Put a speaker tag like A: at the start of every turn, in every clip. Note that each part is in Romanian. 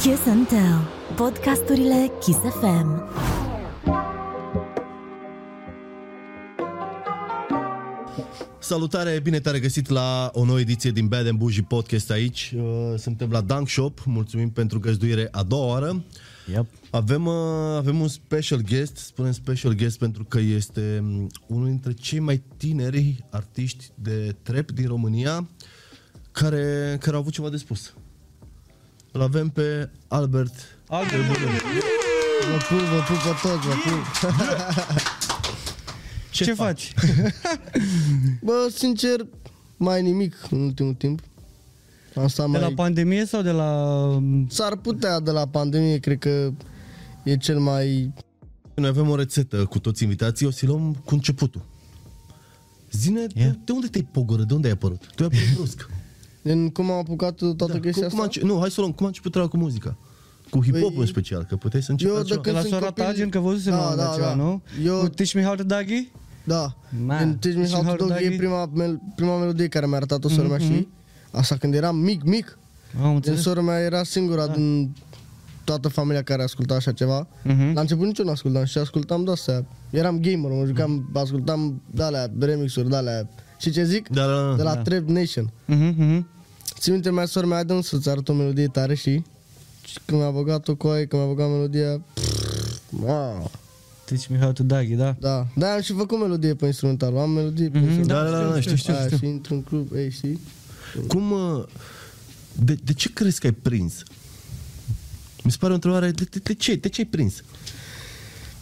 A: Kiss and Tell. Podcasturile Kiss FM.
B: Salutare, bine te-a regăsit la o nouă ediție din Bad and Bougie Podcast aici. Uh, Suntem la Dunk Shop, mulțumim pentru găzduire a doua oară.
C: Yep.
B: Avem, uh, avem un special guest, spunem special guest pentru că este um, unul dintre cei mai tineri artiști de trap din România care, care au avut ceva de spus. Îl avem pe Albert. Albert,
D: Vă pup, vă pup pe toți, vă pup.
C: Ce, Ce faci?
D: Bă, sincer, mai nimic în ultimul timp. Asta
C: De
D: mai...
C: la pandemie sau de la...
D: S-ar putea de la pandemie, cred că e cel mai...
B: Noi avem o rețetă cu toți invitații, o să luăm cu începutul. Zine, yeah.
C: Ia.
B: de, de unde te-ai pogorât? De unde ai apărut? Tu ai apărut brusc.
D: În cum am apucat toată
B: Da, cum,
D: chestia
B: cum a
D: asta?
B: înce- nu, hai să luăm, cum a început treaba cu muzica? Cu hip-hop
D: Păi,
B: în special, că puteai să începi
D: eu
B: altceva.
C: De
D: de când
C: la
D: sunt
C: sora ta,
D: copil-
C: gen că văzusem
D: Da,
C: da,
D: da,
C: da, ceva,
D: da.
C: nu?
D: Eu-
C: Cu Teach Me How to Doggy?
D: Da.
C: Ma.
D: În Teach Me
C: Teach Me
D: How
C: How
D: to
C: to
D: Dog e
C: Doggy.
D: prima, mel- prima melodie care mi-a arătat-o sora mea și asta când eram mic, mic.
C: Am
D: Gen,
C: înțeles.
D: Deci sora mea era singura
B: Da.
D: din toată familia care asculta așa ceva.
C: Mhm.
D: La început nici eu nu ascultam și ascultam de-astea. Eram gamer, mă jucam, ascultam de-alea, remix-uri, de-alea. Și ce zic?
B: Da, da, da.
D: de la da. Trap Nation.
C: Mhm, mhm.
D: Ți minte mea sora mea, dăm să-ți arăt o melodie tare și... și când mi-a băgat-o cu aia, când mi-a băgat melodia... Wow.
C: Teach Me How to Doggy, da.
D: Da, da, am și făcut melodie pe instrumental, am melodie pe
C: Mhm,
D: instrumental.
B: da, da, da, da, știu, știu,
D: Aia,
B: știu.
D: Și intru în club, ei, știi?
B: Cum, uh, de, de ce crezi că ai prins? Mi se pare o întrebare, de, de, de ce? De ce ai prins?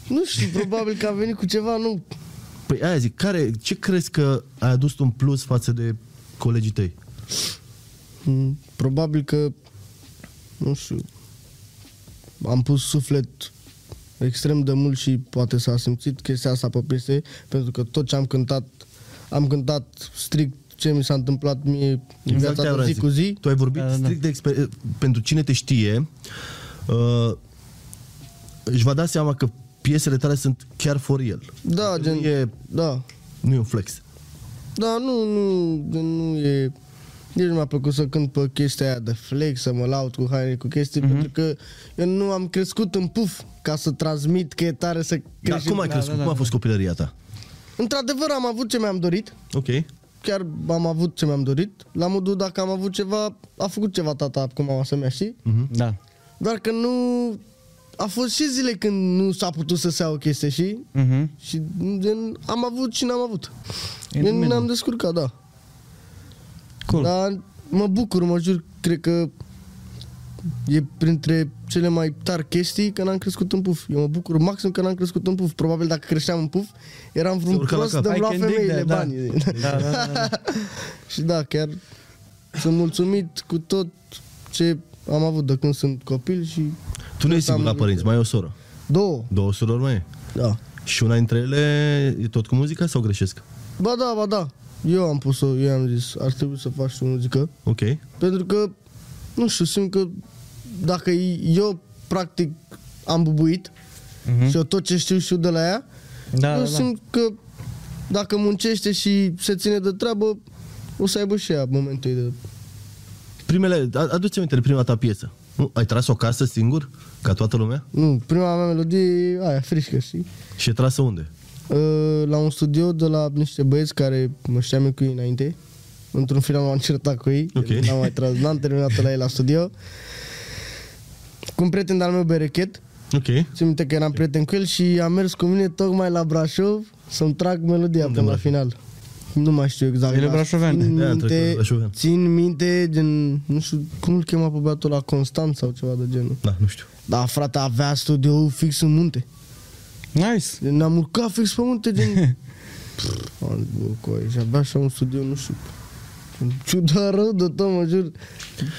D: Nu știu, probabil că a venit cu ceva, nu...
B: Păi aia zic, care, ce crezi că ai adus un plus față de colegii tăi?
D: Mm, Probabil că... Nu știu... Am pus suflet extrem de mult și poate s-a simțit chestia asta pe piese, pentru că tot ce am cântat, am cântat strict ce mi s-a întâmplat mie
B: Exact
D: în viața
B: aia
D: de
B: vreau
D: zi
B: să
D: cu
B: zic.
D: zi.
B: Tu ai vorbit da,
C: Da, da, da.
B: strict de exper- pentru cine te știe, uh, își va da seama că piesele tale sunt chiar for el.
D: Da,
B: Nu
D: gen,
B: e-
D: da.
B: Nu e un flex.
D: Da, nu, nu, de- nu e... Nici nu mi-a plăcut să cânt pe chestia aia de flex, să mă laud cu haine, cu chestii,
B: Mhm.
D: mm-hmm. pentru că eu nu am crescut în puf ca să transmit că e tare să
B: Dar
D: crești.
B: cum ai
C: da,
B: crescut?
C: da,
B: Cum a
C: da.
B: fost copilăria ta?
D: Într-adevăr am avut ce mi-am dorit,
B: Ok.
D: chiar am avut ce mi-am dorit. La modul dacă am avut ceva, a făcut ceva tata cum am să-mi și
B: Mhm.
C: Da.
D: doar că nu... A fost și zile când nu s-a putut să se iau chestie și...
C: Mhm.
D: Și gen, am avut și n-am avut.
C: E în
D: Gen,
C: mediu.
D: ne-am descurcat, da.
C: Cool.
D: Dar mă bucur, mă jur, cred că e printre cele mai tari chestii că n-am crescut în puf. Eu mă bucur maxim că n-am crescut în puf. Probabil dacă creșteam în puf, eram vreun
B: Se urca la
D: prost
B: cap.
D: de
C: I
D: lua
C: can dig
D: femeile
C: that, da.
D: banii.
C: Da, da, da, da.
D: și da, chiar sunt mulțumit cu tot ce am avut de când sunt copil și
B: Tu nu ești
D: Tot am
B: singur la
D: murit.
B: părinți, mai ai o soră.
D: două.
B: Două surori mai e.
D: Da.
B: Și una dintre ele e tot cu muzica sau greșesc?
D: Ba da, ba da. Eu am pus-o, eu am zis, ar trebui să faci tu muzică.
B: Ok.
D: Pentru că, nu știu, simt că dacă eu practic am bubuit mm-hmm. și eu tot ce știu știu de la ea,
C: Mhm. Da,
D: eu
C: da, da.
D: simt că dacă muncește și se ține de treabă, o să aibă și ea momentul ei de...
B: Primele, a- aduți aminte de prima ta piesă. Nu? Ai tras o casă singur, ca toată lumea?
D: Nu, prima mea melodie e aia, frișcă, știi?
B: Și e trasă unde?
D: Uh, la un studio de la niște băieți care mă știam eu cu ei înainte. Într-un final m-am certat cu ei,
B: Ok.
D: n-am mai tras, n-am terminat la ei la studio. Cu un prieten al meu, Berechet,
B: Ok.
D: Țin minte că eram prieten cu el și a mers cu mine tocmai la Brașov să-mi trag melodia
B: Unde
D: până la
B: Brașov?
D: final. Nu mai știu exact.
C: El e
D: dar
C: brașovean.
D: Țin
B: De aia trec la
D: minte,
B: brașovean.
D: țin minte din, nu știu, cum îl chema pe băiatul la Constant sau ceva de genul.
B: Da, nu știu.
D: Da, frate, avea studio fix în munte.
C: Nice.
D: Gen, Ne-am urcat fix pe munte, gen... Pff, am zis, bă, coi, și avea așa un studio, nu știu, în ciuda rău de tot, mă jur.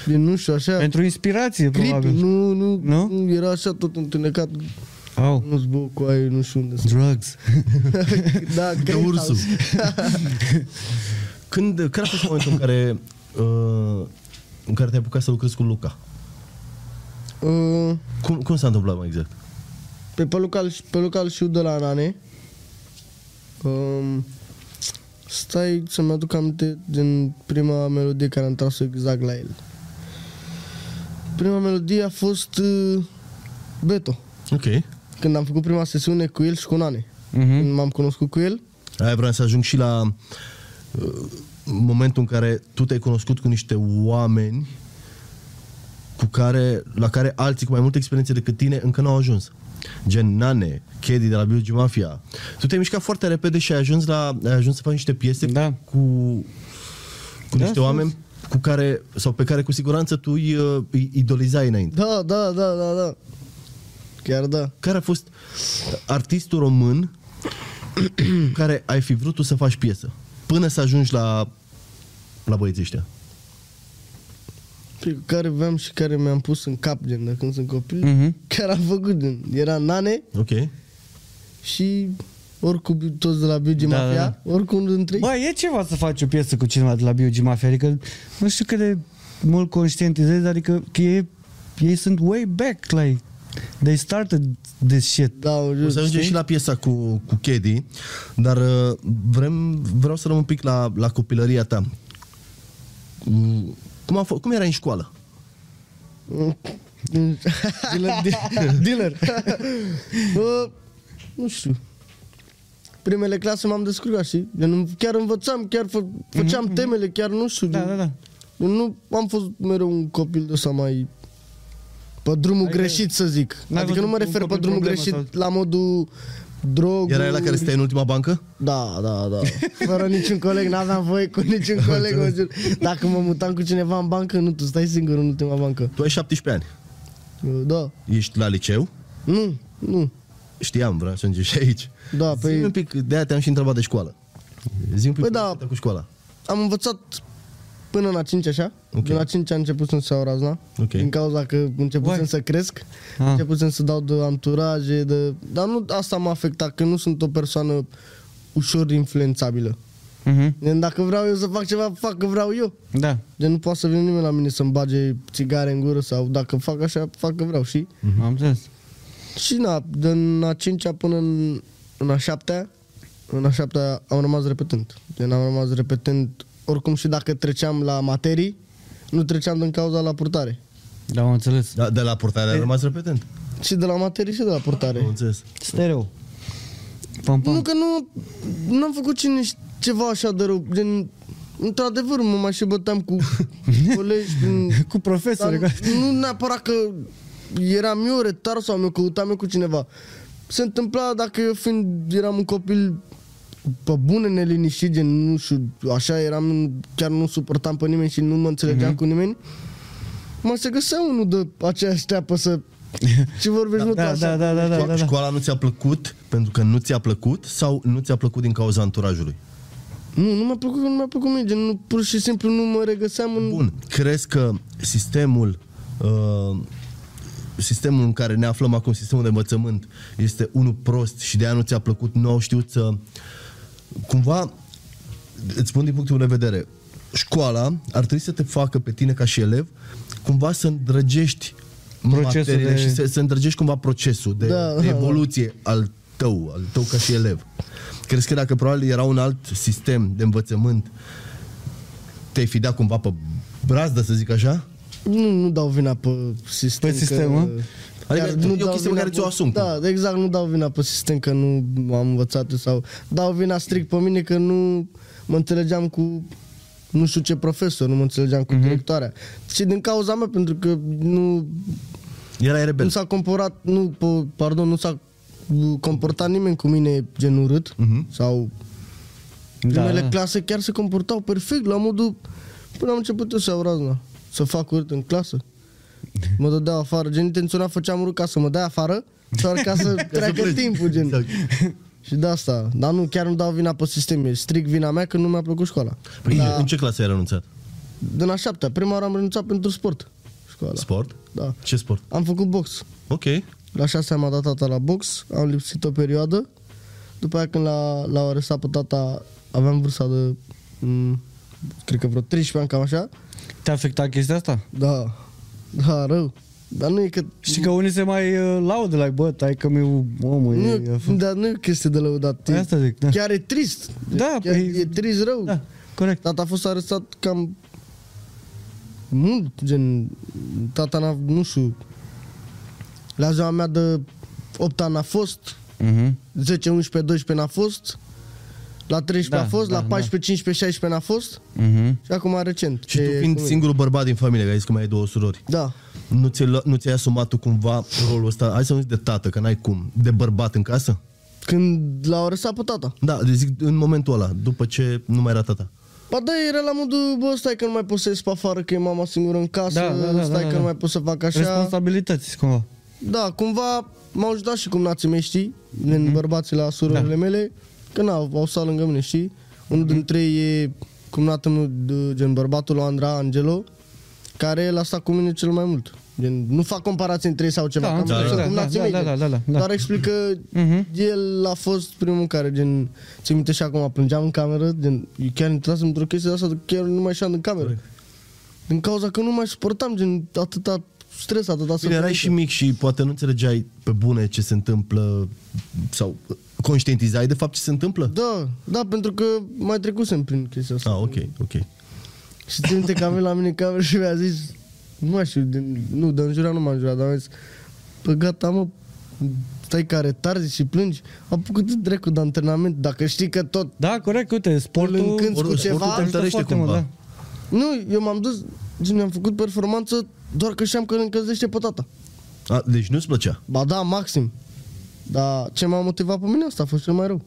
D: Gen, nu știu, așa...
C: Pentru inspirație,
D: Clip,
C: probabil.
D: nu, nu,
C: Nu?
D: nu, era așa tot întunecat,
C: Au.
D: nu-ți bă, cu aia, nu știu unde să
C: Drugs.
D: da,
B: Ca
D: Grey
B: ursul.
D: House.
B: Când, care a fost momentul în care, uh, în care te-ai apucat să lucrezi cu Luca?
D: Uh,
B: Cum, cum s-a întâmplat mai exact?
D: pe, pe, local, pe local știu de la Nane. Um, stai să-mi aduc aminte din prima melodie care am tras exact la el. prima melodie a fost uh, Beto.
B: Ok.
D: Când am făcut prima sesiune cu el și cu Nane.
C: Mhm.
D: Când m-am cunoscut cu el,
B: Aia vreau să ajung și la uh, momentul în care tu te-ai cunoscut cu niște oameni cu care, la care alții cu mai multă experiență decât tine încă n-au ajuns. Gen Nane, Kedi de la Biugi Mafia. Tu te-ai mișcat foarte repede și ai ajuns, la, ai ajuns să faci niște piese
C: Da.
B: cu, cu da,
C: Da,
B: niște
C: frumos.
B: oameni cu care, sau pe care cu siguranță tu îi, uh, îi idolizai înainte.
D: da, da, da, da, da. Chiar da.
B: Care a fost artistul român cu care ai fi vrut tu să faci piesă? Până să ajungi la, la băieții ăștia.
D: Pe care aveam și care mi-am pus în cap, gen, de când sunt copil,
C: Mhm.
D: chiar am făcut, gen. Era Nane
B: Ok.
D: și oricum toți de la Biugi
C: Da,
D: da, Mafia,
C: da,
D: da. oricum dintre ei.
C: Bă, e ceva să faci o piesă cu cineva de la B.U.G. Mafia, adică nu știu cât de mult conștientizezi, adică că e, ei sunt way back, like, they started this shit.
D: Da, mă
B: O
D: jur.
B: să ajungem
D: știi?
B: și la piesa cu, cu Kedi, dar uh, vrem, vreau să rămân un pic la, la copilăria ta. Mm, Cum, a f- cum era în școală?
D: dealer. de- dealer. Bă, nu știu. Primele clase m-am descurcat și chiar învățam, chiar fă, făceam temele, chiar nu știu.
C: Mhm, Da, da, da.
D: Eu nu am fost mereu un copil de ăsta mai pe drumul
C: Adică-
D: adică, greșit, să zic.
C: N-ai
D: Adică
C: fost
D: nu mă
C: un
D: refer pe
C: copil
D: drumul
C: problemă
D: greșit
C: sau-
D: la modul drog.
B: Era la care stai în ultima bancă?
D: Da, da, da. Fără niciun coleg, n-aveam voie cu niciun coleg. mă jur. Dacă mă mutam cu cineva în bancă, nu, tu stai singur în ultima bancă.
B: Tu ai 17 ani,
D: Eu, Da.
B: ești la liceu,
D: Nu, nu.
B: știam, vreau să ajungi și aici.
D: Da,
B: Păi... Zi-mi un
D: păi
B: pic, de-aia te-am și întrebat de școală. Zi-mi un pic
D: Păi da.
B: povestea cu școala.
D: am învățat până la 5 așa.
B: Ok.
D: De la 5 am început să-mi se iau razna.
B: Ok.
D: Din cauza că începusem
C: Uai.
D: să cresc.
C: Ah.
D: Începusem să dau de anturaje, de... Dar nu asta m-a afectat, că nu sunt o persoană ușor influențabilă.
C: Mhm.
D: Gen, Dacă vreau eu să fac ceva, fac că vreau eu.
C: Da.
D: Gen, nu poate să vină nimeni la mine să-mi bage țigare în gură sau dacă fac așa, fac că vreau, și
C: Am înțeles.
D: Și na, din a cincea până în, în a șaptea, în a șaptea am rămas repetent. Gen, am rămas repetent, oricum și dacă treceam la materii, nu treceam din cauza la purtare.
C: Da, am înțeles.
B: Da, de la portare a rămas repetent.
D: Și de la materii și de la
B: Am
D: purtare.
B: înțeles.
C: Stereo. Pam, pam.
D: Nu că nu, nu am făcut cine ș- ceva așa de rău, gen, într-adevăr mă mai și băteam cu colegi prin
C: Cu
D: Dar
C: profesori. Dar...
D: nu neapărat că eram eu retar sau mi-o căutam eu cu cineva. Se întâmpla dacă eu fiind, eram un copil pe bune neliniștit, gen, nu știu, așa eram, chiar nu suportam pe nimeni și nu mă înțelegeam mm-hmm.
C: Mhm.
D: cu nimeni, mă se găsea unul de aceeași teapă să... Ce vorbești, nu
C: Da, da, da, da, da, da, da.
B: Școala nu ți-a plăcut pentru că nu ți-a plăcut sau nu ți-a plăcut din cauza anturajului?
D: Nu, nu mi-a plăcut, nu mi-a plăcut mie, gen, nu, pur și simplu nu mă regăseam în...
B: Bun, crezi că sistemul uh, sistemul în care ne aflăm acum, sistemul de învățământ, este unul prost și de aia nu ți-a plăcut, nu au știut să... Cumva, îți spun din punctul meu de vedere, școala ar trebui să te facă pe tine ca și elev cumva să îndrăgești
C: Procesul
B: materiile
C: de-
B: și să, să îndrăgești cumva procesul de,
D: Da,
B: da, de
D: da, da.
B: evoluție al tău, al tău ca și elev. Crezi că dacă probabil era un alt sistem de învățământ, te-ai fi dat cumva pe brazdă, să zic așa?
D: Nu, nu dau vina pe sistem.
C: Pe sistem, mă?
D: Că...
B: Adică
D: Chiar
B: e o
D: dau
B: chestie pe
D: vina
B: care ți-o asumi,
D: Da, exact, nu dau vina pe sistem că nu am învățat sau... Dau vina strict pe mine că nu mă înțelegeam cu nu știu ce profesor, nu mă înțelegeam
C: Mhm.
D: cu directoarea. Și din cauza mea, pentru că nu,
B: Erai
D: nu
B: rebel.
D: s-a comparat, nu, po, pardon, nu s-a comportat nimeni cu mine gen urât
B: Mhm.
D: sau Primele da. clase chiar se comportau perfect, la modul... Până am început eu să iau razna, să fac urât în clasă. Mă dădeau afară, gen intenționat făceam urât ca să mă dea afară, doar ca să treacă
B: pleci.
D: timpul, gen.
B: Exact.
D: Și de asta, dar nu, chiar nu dau vina pe sistem, e strict vina mea că nu mi-a plăcut școala.
B: Păi da. în ce clasă ai renunțat?
D: Din a șaptea, prima oară am renunțat pentru sport, școala.
B: Sport?
D: Da.
B: Ce sport?
D: Am făcut box.
B: Ok.
D: La șase am dat tata la box, am lipsit o perioadă. După aia când l-a, l-au arestat pe tata, aveam vârsta de, m- cred că vreo 13 ani, cam așa.
C: Te-a afectat chestia asta?
D: Da, da, rău. Dar nu e că...
C: Și că unii se mai uh, laudă, like, bă, tai că mi-u omul.
D: Nu,
C: Păi, e-
D: e, dar nu e o chestie de lăudat. E,
C: Asta zic, da.
D: Chiar e trist.
C: Da,
D: chiar
C: păi-
D: e trist rău.
C: Da, corect.
D: Tata a fost arestat cam Mult, gen, tata n-a, nu știu, la ziua mea de 8 ani a fost,
C: Mhm.
D: 10, 11, 12 n-a fost, la 13
C: Da,
D: a fost,
C: da,
D: la
C: da.
D: 14, 15, 16 n-a fost
C: Mhm.
D: și acum recent.
B: Și tu
D: E-
B: fiind
D: cum e?
B: singurul bărbat din familie, că ai zis că mai ai două surori,
D: Da.
B: nu ți-ai, lua- nu ți-ai asumat tu cumva rolul ăsta, hai să nu zic de tată, că n-ai cum, de bărbat în casă?
D: Când l-au răsat pe tata.
B: Da, de zic în momentul ăla, după ce nu mai era tata.
D: Ba da, era la modul, bă, stai că nu mai poți să ies pe afară, că e mama singură în casă,
C: Da, da, da,
D: stai
C: da,
D: că
C: da.
D: nu mai pot să fac așa.
C: Responsabilități, cumva.
D: Da, cumva m-au ajutat și cum nații mei, știi?
C: Mhm.
D: Din mm-hmm. bărbații la surorile da. mele, că na, au stat lângă mine, știi? Unul
C: Mhm.
D: mm-hmm. dintre ei e cum natul meu, de- gen bărbatul lui Andra Angelo, care el a stat cu mine cel mai mult. Gen, nu fac comparații între ei sau ceva,
C: Da,
D: că am
C: da,
D: înțeles
C: da,
D: cum
C: da,
D: nații
C: da,
D: mei,
C: da,
D: gen.
C: da, da, da.
D: Doar explic că
C: Mhm.
D: el a fost primul care, gen, ți minte și acum, plângeam în cameră, gen, eu chiar intrasem într-o chestie de asta, chiar nu mai ieșeam din cameră. Din cauza că nu mai suportam, gen, atâta stres, atâta
B: Bine, erai și mic și poate nu înțelegeai pe bune ce se întâmplă sau conștientizai de fapt ce se întâmplă?
D: Da, da, pentru că mai trecusem prin chestia asta.
B: Ah, ok, ok.
D: Și țin minte că a venit la mine în cameră și mi-a zis, nu mai știu, din, nu, de înjurat nu m-a înjurat, dar mi-a zis, bă, gata, mă, stai care tarzi și plângi, apucă-te dracu de antrenament, dacă știi că tot...
C: Da, corect, uite, sportul...
D: Îl încânți cu
C: sportul
D: ceva?
C: te ajută
B: Întărește
C: foarte mult,
B: cumva.
C: da.
D: Nu, eu m-am dus, gen, am făcut performanță doar că știam că îl încălzește pe tata. da.
B: A, deci nu-ți plăcea?
D: Ba da, maxim. Dar ce m-a motivat pe mine asta a fost cel mai rău.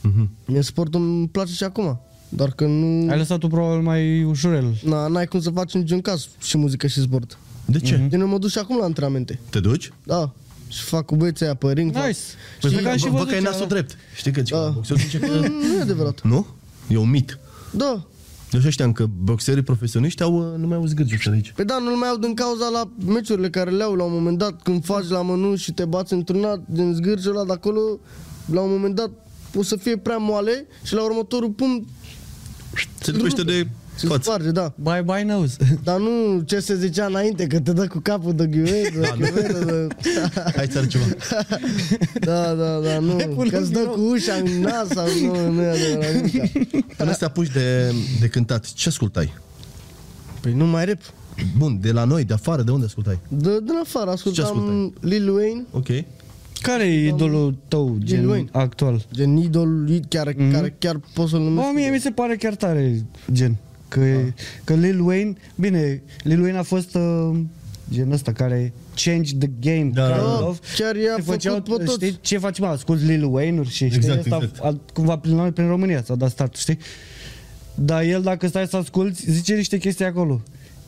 B: Mhm.
D: Mie sportul îmi place și acum, doar că nu...
C: Ai lăsat-o probabil mai ușurel.
D: Na, n-ai cum să faci în niciun caz și muzică și sport.
B: De ce?
D: Gen, eu mă duc și acum la antrenamente.
B: Te duci?
D: Da. Mm-hmm. Și fac cu băieții aia pe ring.
C: Nice.
B: Păi
D: Fac... Și,
B: văd că-
C: și
B: vă- văd
C: văzut
B: că ai
C: ceva.
B: nasul drept. Știi că zice
D: Da.
B: că boxeul zice
D: Mm,
B: că...
D: nu e adevărat.
B: Nu? E un mit.
D: Da.
B: Deci știam că boxerii profesioniști au, uh, nu mai au zgârciu de aici.
D: Păi da, nu-l mai au din cauza la meciurile care le au la un moment dat, când faci la mănu și te bați într-una, din zgârciul ăla de acolo, la un moment dat o să fie prea moale și la următorul punct
B: Se lipește de
D: se
B: față.
D: sparge, da.
C: Bye bye nose.
D: Dar nu ce se zicea înainte, că te dă cu capul de ghiuvetă, de ghiuvetă, de...
B: Hai ți ceva.
D: Da, da, da, nu, că îți dă cu ușa în nas sau nu, nu e adevărat nimica.
B: Până să te apuci de, de cântat, ce ascultai?
D: Păi nu mai rep.
B: Bun, de la noi, de afară, de unde ascultai?
D: De, din afară ascultam
B: ascultai?
D: Lil Wayne,
B: Ok.
C: Care e idolul tău, gen
D: Wayne.
C: actual?
D: gen idol, chiar, mm-hmm. care chiar pot să-l numesc.
C: Mhm. Bă, mie mi se pare chiar tare, gen. Că,
D: Da.
C: e, că Lil Wayne, bine, Lil Wayne a fost uh, gen ăsta care change the game.
B: Da,
C: kind
B: da,
D: da.
C: of.
D: Chiar i-a
C: Se
D: făcut pe toți.
C: Știi ce facem? Ascult Lil Wayne-uri și știi,
B: Exact,
C: ăsta
B: exact.
C: A, cumva prin, noi, prin România s-a dat startul, știi? Dar el, dacă stai să asculti, zice niște chestii acolo.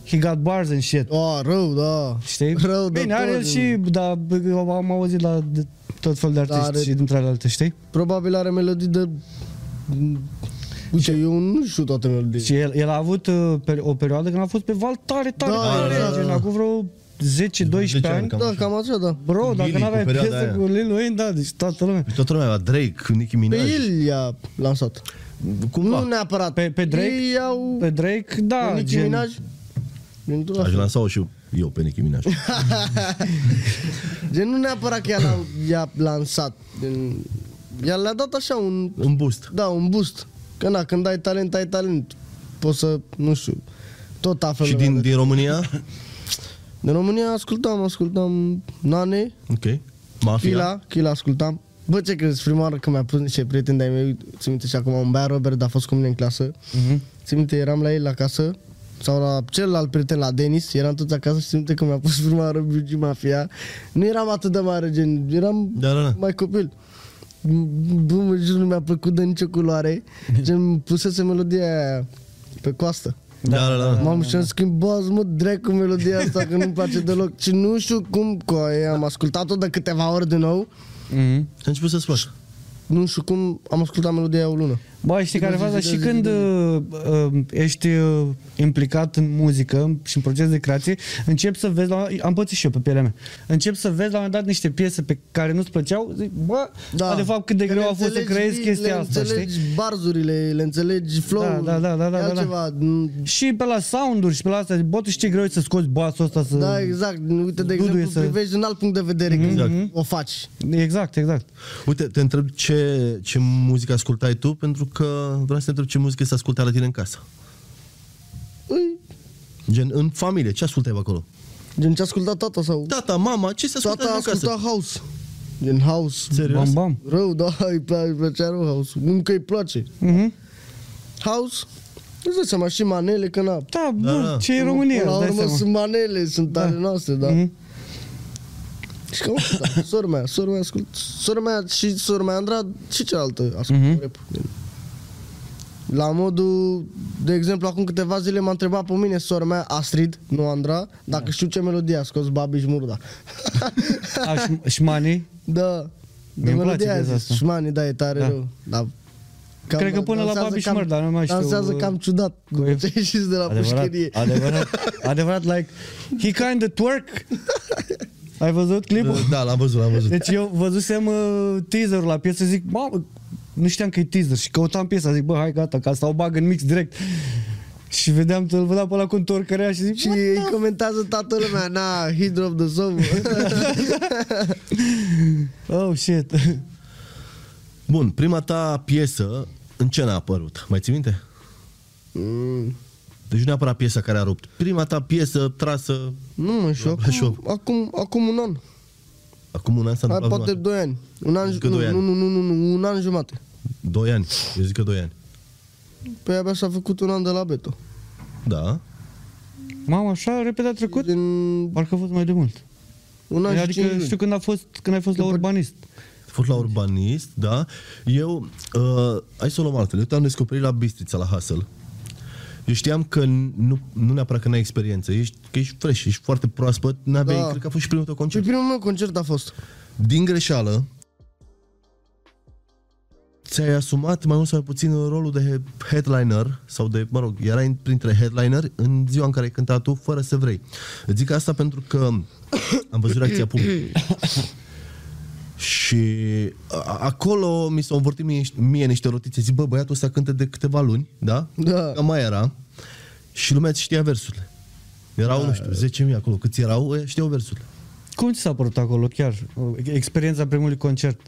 C: He got bars and shit.
D: Oh, rău, da.
C: Știi?
D: Rău de
C: Bine, are
D: tot,
C: el
D: gen.
C: și, da, b- am auzit la de, tot felul de artiști
D: are-
C: și dintre alte, știi?
D: Probabil are melodii de... Uite, eu nu știu toate melodiile.
C: Și el, el a avut uh, pe, o perioadă când a fost pe val tare, tare,
D: Da,
C: tare,
D: da, da.
C: gen, acum vreo 10-12
B: ani,
C: ani.
B: cam.
D: Da, cam așa, da.
C: Bro,
B: Cu
C: dacă
B: Billy,
C: n-aveai
B: cu perioada
C: piesă
B: aia.
C: cu Lil Wayne, da, deci toată lumea.
B: Toată lumea avea Drake, Nicki Minaj.
D: Pe el i-a lansat.
B: Cumva.
D: Nu neapărat.
C: Pe, pe Drake,
D: Ei au...
C: pe Drake, da,
D: Nicki
C: gen,
D: Minaj. Gen, tu la
B: Aș
D: fel.
B: lansa-o și eu pe Nicki Minaj.
D: Gen, nu neapărat că ea l-a, i-a lansat. Gen, ea le-a dat așa un...
B: În boost.
D: Da, un boost. Că na, când ai talent, ai talent. Poți să, nu știu, tot află
B: Și
D: lumea
B: din,
D: de-
B: din România?
D: Din România ascultam, ascultam Nane,
B: Ok. Mafia.
D: Chila, Chila ascultam. Bă, ce crezi, prima oară când mi-a pus niște prieteni de-ai mei, ți minte și acum un băiat Robert a fost cu mine în clasă.
C: Mhm.
D: Ți minte, eram la el la casă, sau la celălalt prieten, la Denis, eram toți acasă și ți minte că mi-a pus prima oară Biugi Mafia. Nu eram atât de mare, gen, eram
B: Da, da, da.
D: mai copil. Bă, mă, jur, nu mi-a plăcut de nicio culoare. Gen, pusese melodia aia pe coastă.
B: Da, da, da.
D: Mamă, și-am schimbat, mă, dracu, melodia asta, că nu-mi place deloc. Și nu știu cum, că am ascultat-o de câteva ori din nou.
C: Mhm.
B: Și a început să-ți placă.
D: Nu știu cum am ascultat melodia aia o lună.
C: Bă, știi care e faza?
D: zi,
C: Și
D: zi,
C: când uh, uh, ești uh, implicat în muzică și în proces de creație, încep să vezi, la, am pățit și eu pe pielea mea, încep să vezi la un moment dat niște piese pe care nu-ți plăceau, zic, bă, da. de fapt cât de
D: Că
C: greu
D: le
C: a fost să
D: înțelegi
C: creezi
D: le
C: chestia asta, știi?
D: înțelegi barzurile, le înțelegi flow
C: Da, da, da, da, da, da.
D: altceva.
C: Și pe la sound-uri și pe la asta, bă, tu știi ce greu e să scoți basul ăsta să...
D: Da, exact. Uite, de
C: Duduie
D: exemplu,
C: Mm. să- Mm-hmm.
D: privești din alt punct de vedere când
B: Exact.
D: o faci.
C: Exact, exact.
B: Uite, te întreb ce, ce muzică ascultai tu, pentru că vreau să te întreb ce muzică se asculta la tine în casă.
D: Ui,
B: Gen, în familie, ce ascultai pe acolo?
D: Gen ce asculta tata sau...
B: Tata, mama, ce se Da, ascultă
D: tata
B: în casă?
D: asculta house. Gen house.
B: Serios?
C: Bam, bam.
D: Rău, da, îi place, îi plăcea rău house. Încă îi place.
C: Mhm.
D: House, îți dai seama, și manele, că na...
C: Da, bă,
B: da.
C: ce e România,
D: Până
C: îți
D: la
C: dai
D: urmă
C: seama.
D: sunt manele, sunt ale noastre, da.
C: Mhm.
D: Și cam asta, sora mea, sora mea ascult, sora mea și sora mea Andra și cealaltă ascultă
C: Mhm.
D: rap. La modul, de exemplu, acum câteva zile m-a întrebat pe mine sora mea Astrid, nu Andra,
C: Da.
D: dacă știu ce melodie a scos Babi și Murda.
C: A, ș- șmanii?
D: da, de
C: Mie-mi place
D: melodie aia
C: piesa
D: zis,
C: asta.
D: șmani, da, e tare
C: Da.
D: rău. Da.
C: Cred că până la
D: dansează
C: Babi și
D: cam-
C: Murda, nu mai știu,
D: Dansează
C: uh,
D: cam ciudat,
C: cu-
D: după ce ieșiți de la
C: Adevărat,
D: pușcărie.
C: adevărat, adevărat, like, he kind of twerk. Ai văzut clipul?
B: Da, l-am văzut, l-am văzut.
C: Deci eu văzusem uh, teaserul la piesă, zic, mamă, nu știam că e teaser și căutam piesa, zic, bă, hai gata, ca asta o bag în mix direct. Și vedeam, îl vedeam pe la cu întorcărea și zic,
D: Și
C: "What?"
D: îi comentează toată lumea, na, he dropped the song.
C: oh, shit.
B: Bun, prima ta piesă, în ce n-a apărut? Mai ții minte?
D: Mm,
B: Deci nu neapărat piesa care a rupt. Prima ta piesă trasă
D: nu mă, și eu acum,
B: Brașov.
D: acum, acum un an,
B: acum un an s-a
D: Hai,
B: întâmplat
D: poate
B: prima
D: doi ani. Un an,
B: Încă
D: nu,
B: doi ani.
D: nu, nu, nu, nu, nu, un an jumate.
B: ta. Doi ani, eu zic că doi ani.
D: Păi abia s-a făcut un an de la Beto.
B: Da,
C: Mamă, așa, repede a trecut?
D: Din
C: Parcă a fost mai de mult.
D: un an și cinci
C: Păi- Adică
D: luni.
C: știu când, a fost, când ai fost la urbanist.
B: A fost la urbanist, da. Eu, uh, hai să o luăm altfel, eu te-am descoperit la Bistrița, la Hustle. Eu știam că nu, nu neapărat că n-ai experiență, ești, că ești fresh, ești foarte proaspăt, n-abia,
D: Da.
B: cred că a fost și primul tău
D: Și
B: concert.
D: primul meu concert a fost.
B: Din greșeală, ți-ai asumat mai mult sau mai puțin rolul de he- headliner sau de, mă rog, erai printre headliner în ziua în care ai cântat tu fără să vrei. Îți zic asta pentru că am văzut reacția publicului. Și a- acolo mi s-au învârtit mie, niște- mie niște rotițe. Zic, bă, băiatul ăsta cântă de câteva luni, da?
D: Da.
B: Că mai era. Și lumea îți știa versurile. Erau, da. nu știu, 10.000 acolo. Câți erau, ăia știau versurile.
C: Cum ți s-a părut acolo, chiar? Experiența primului concert.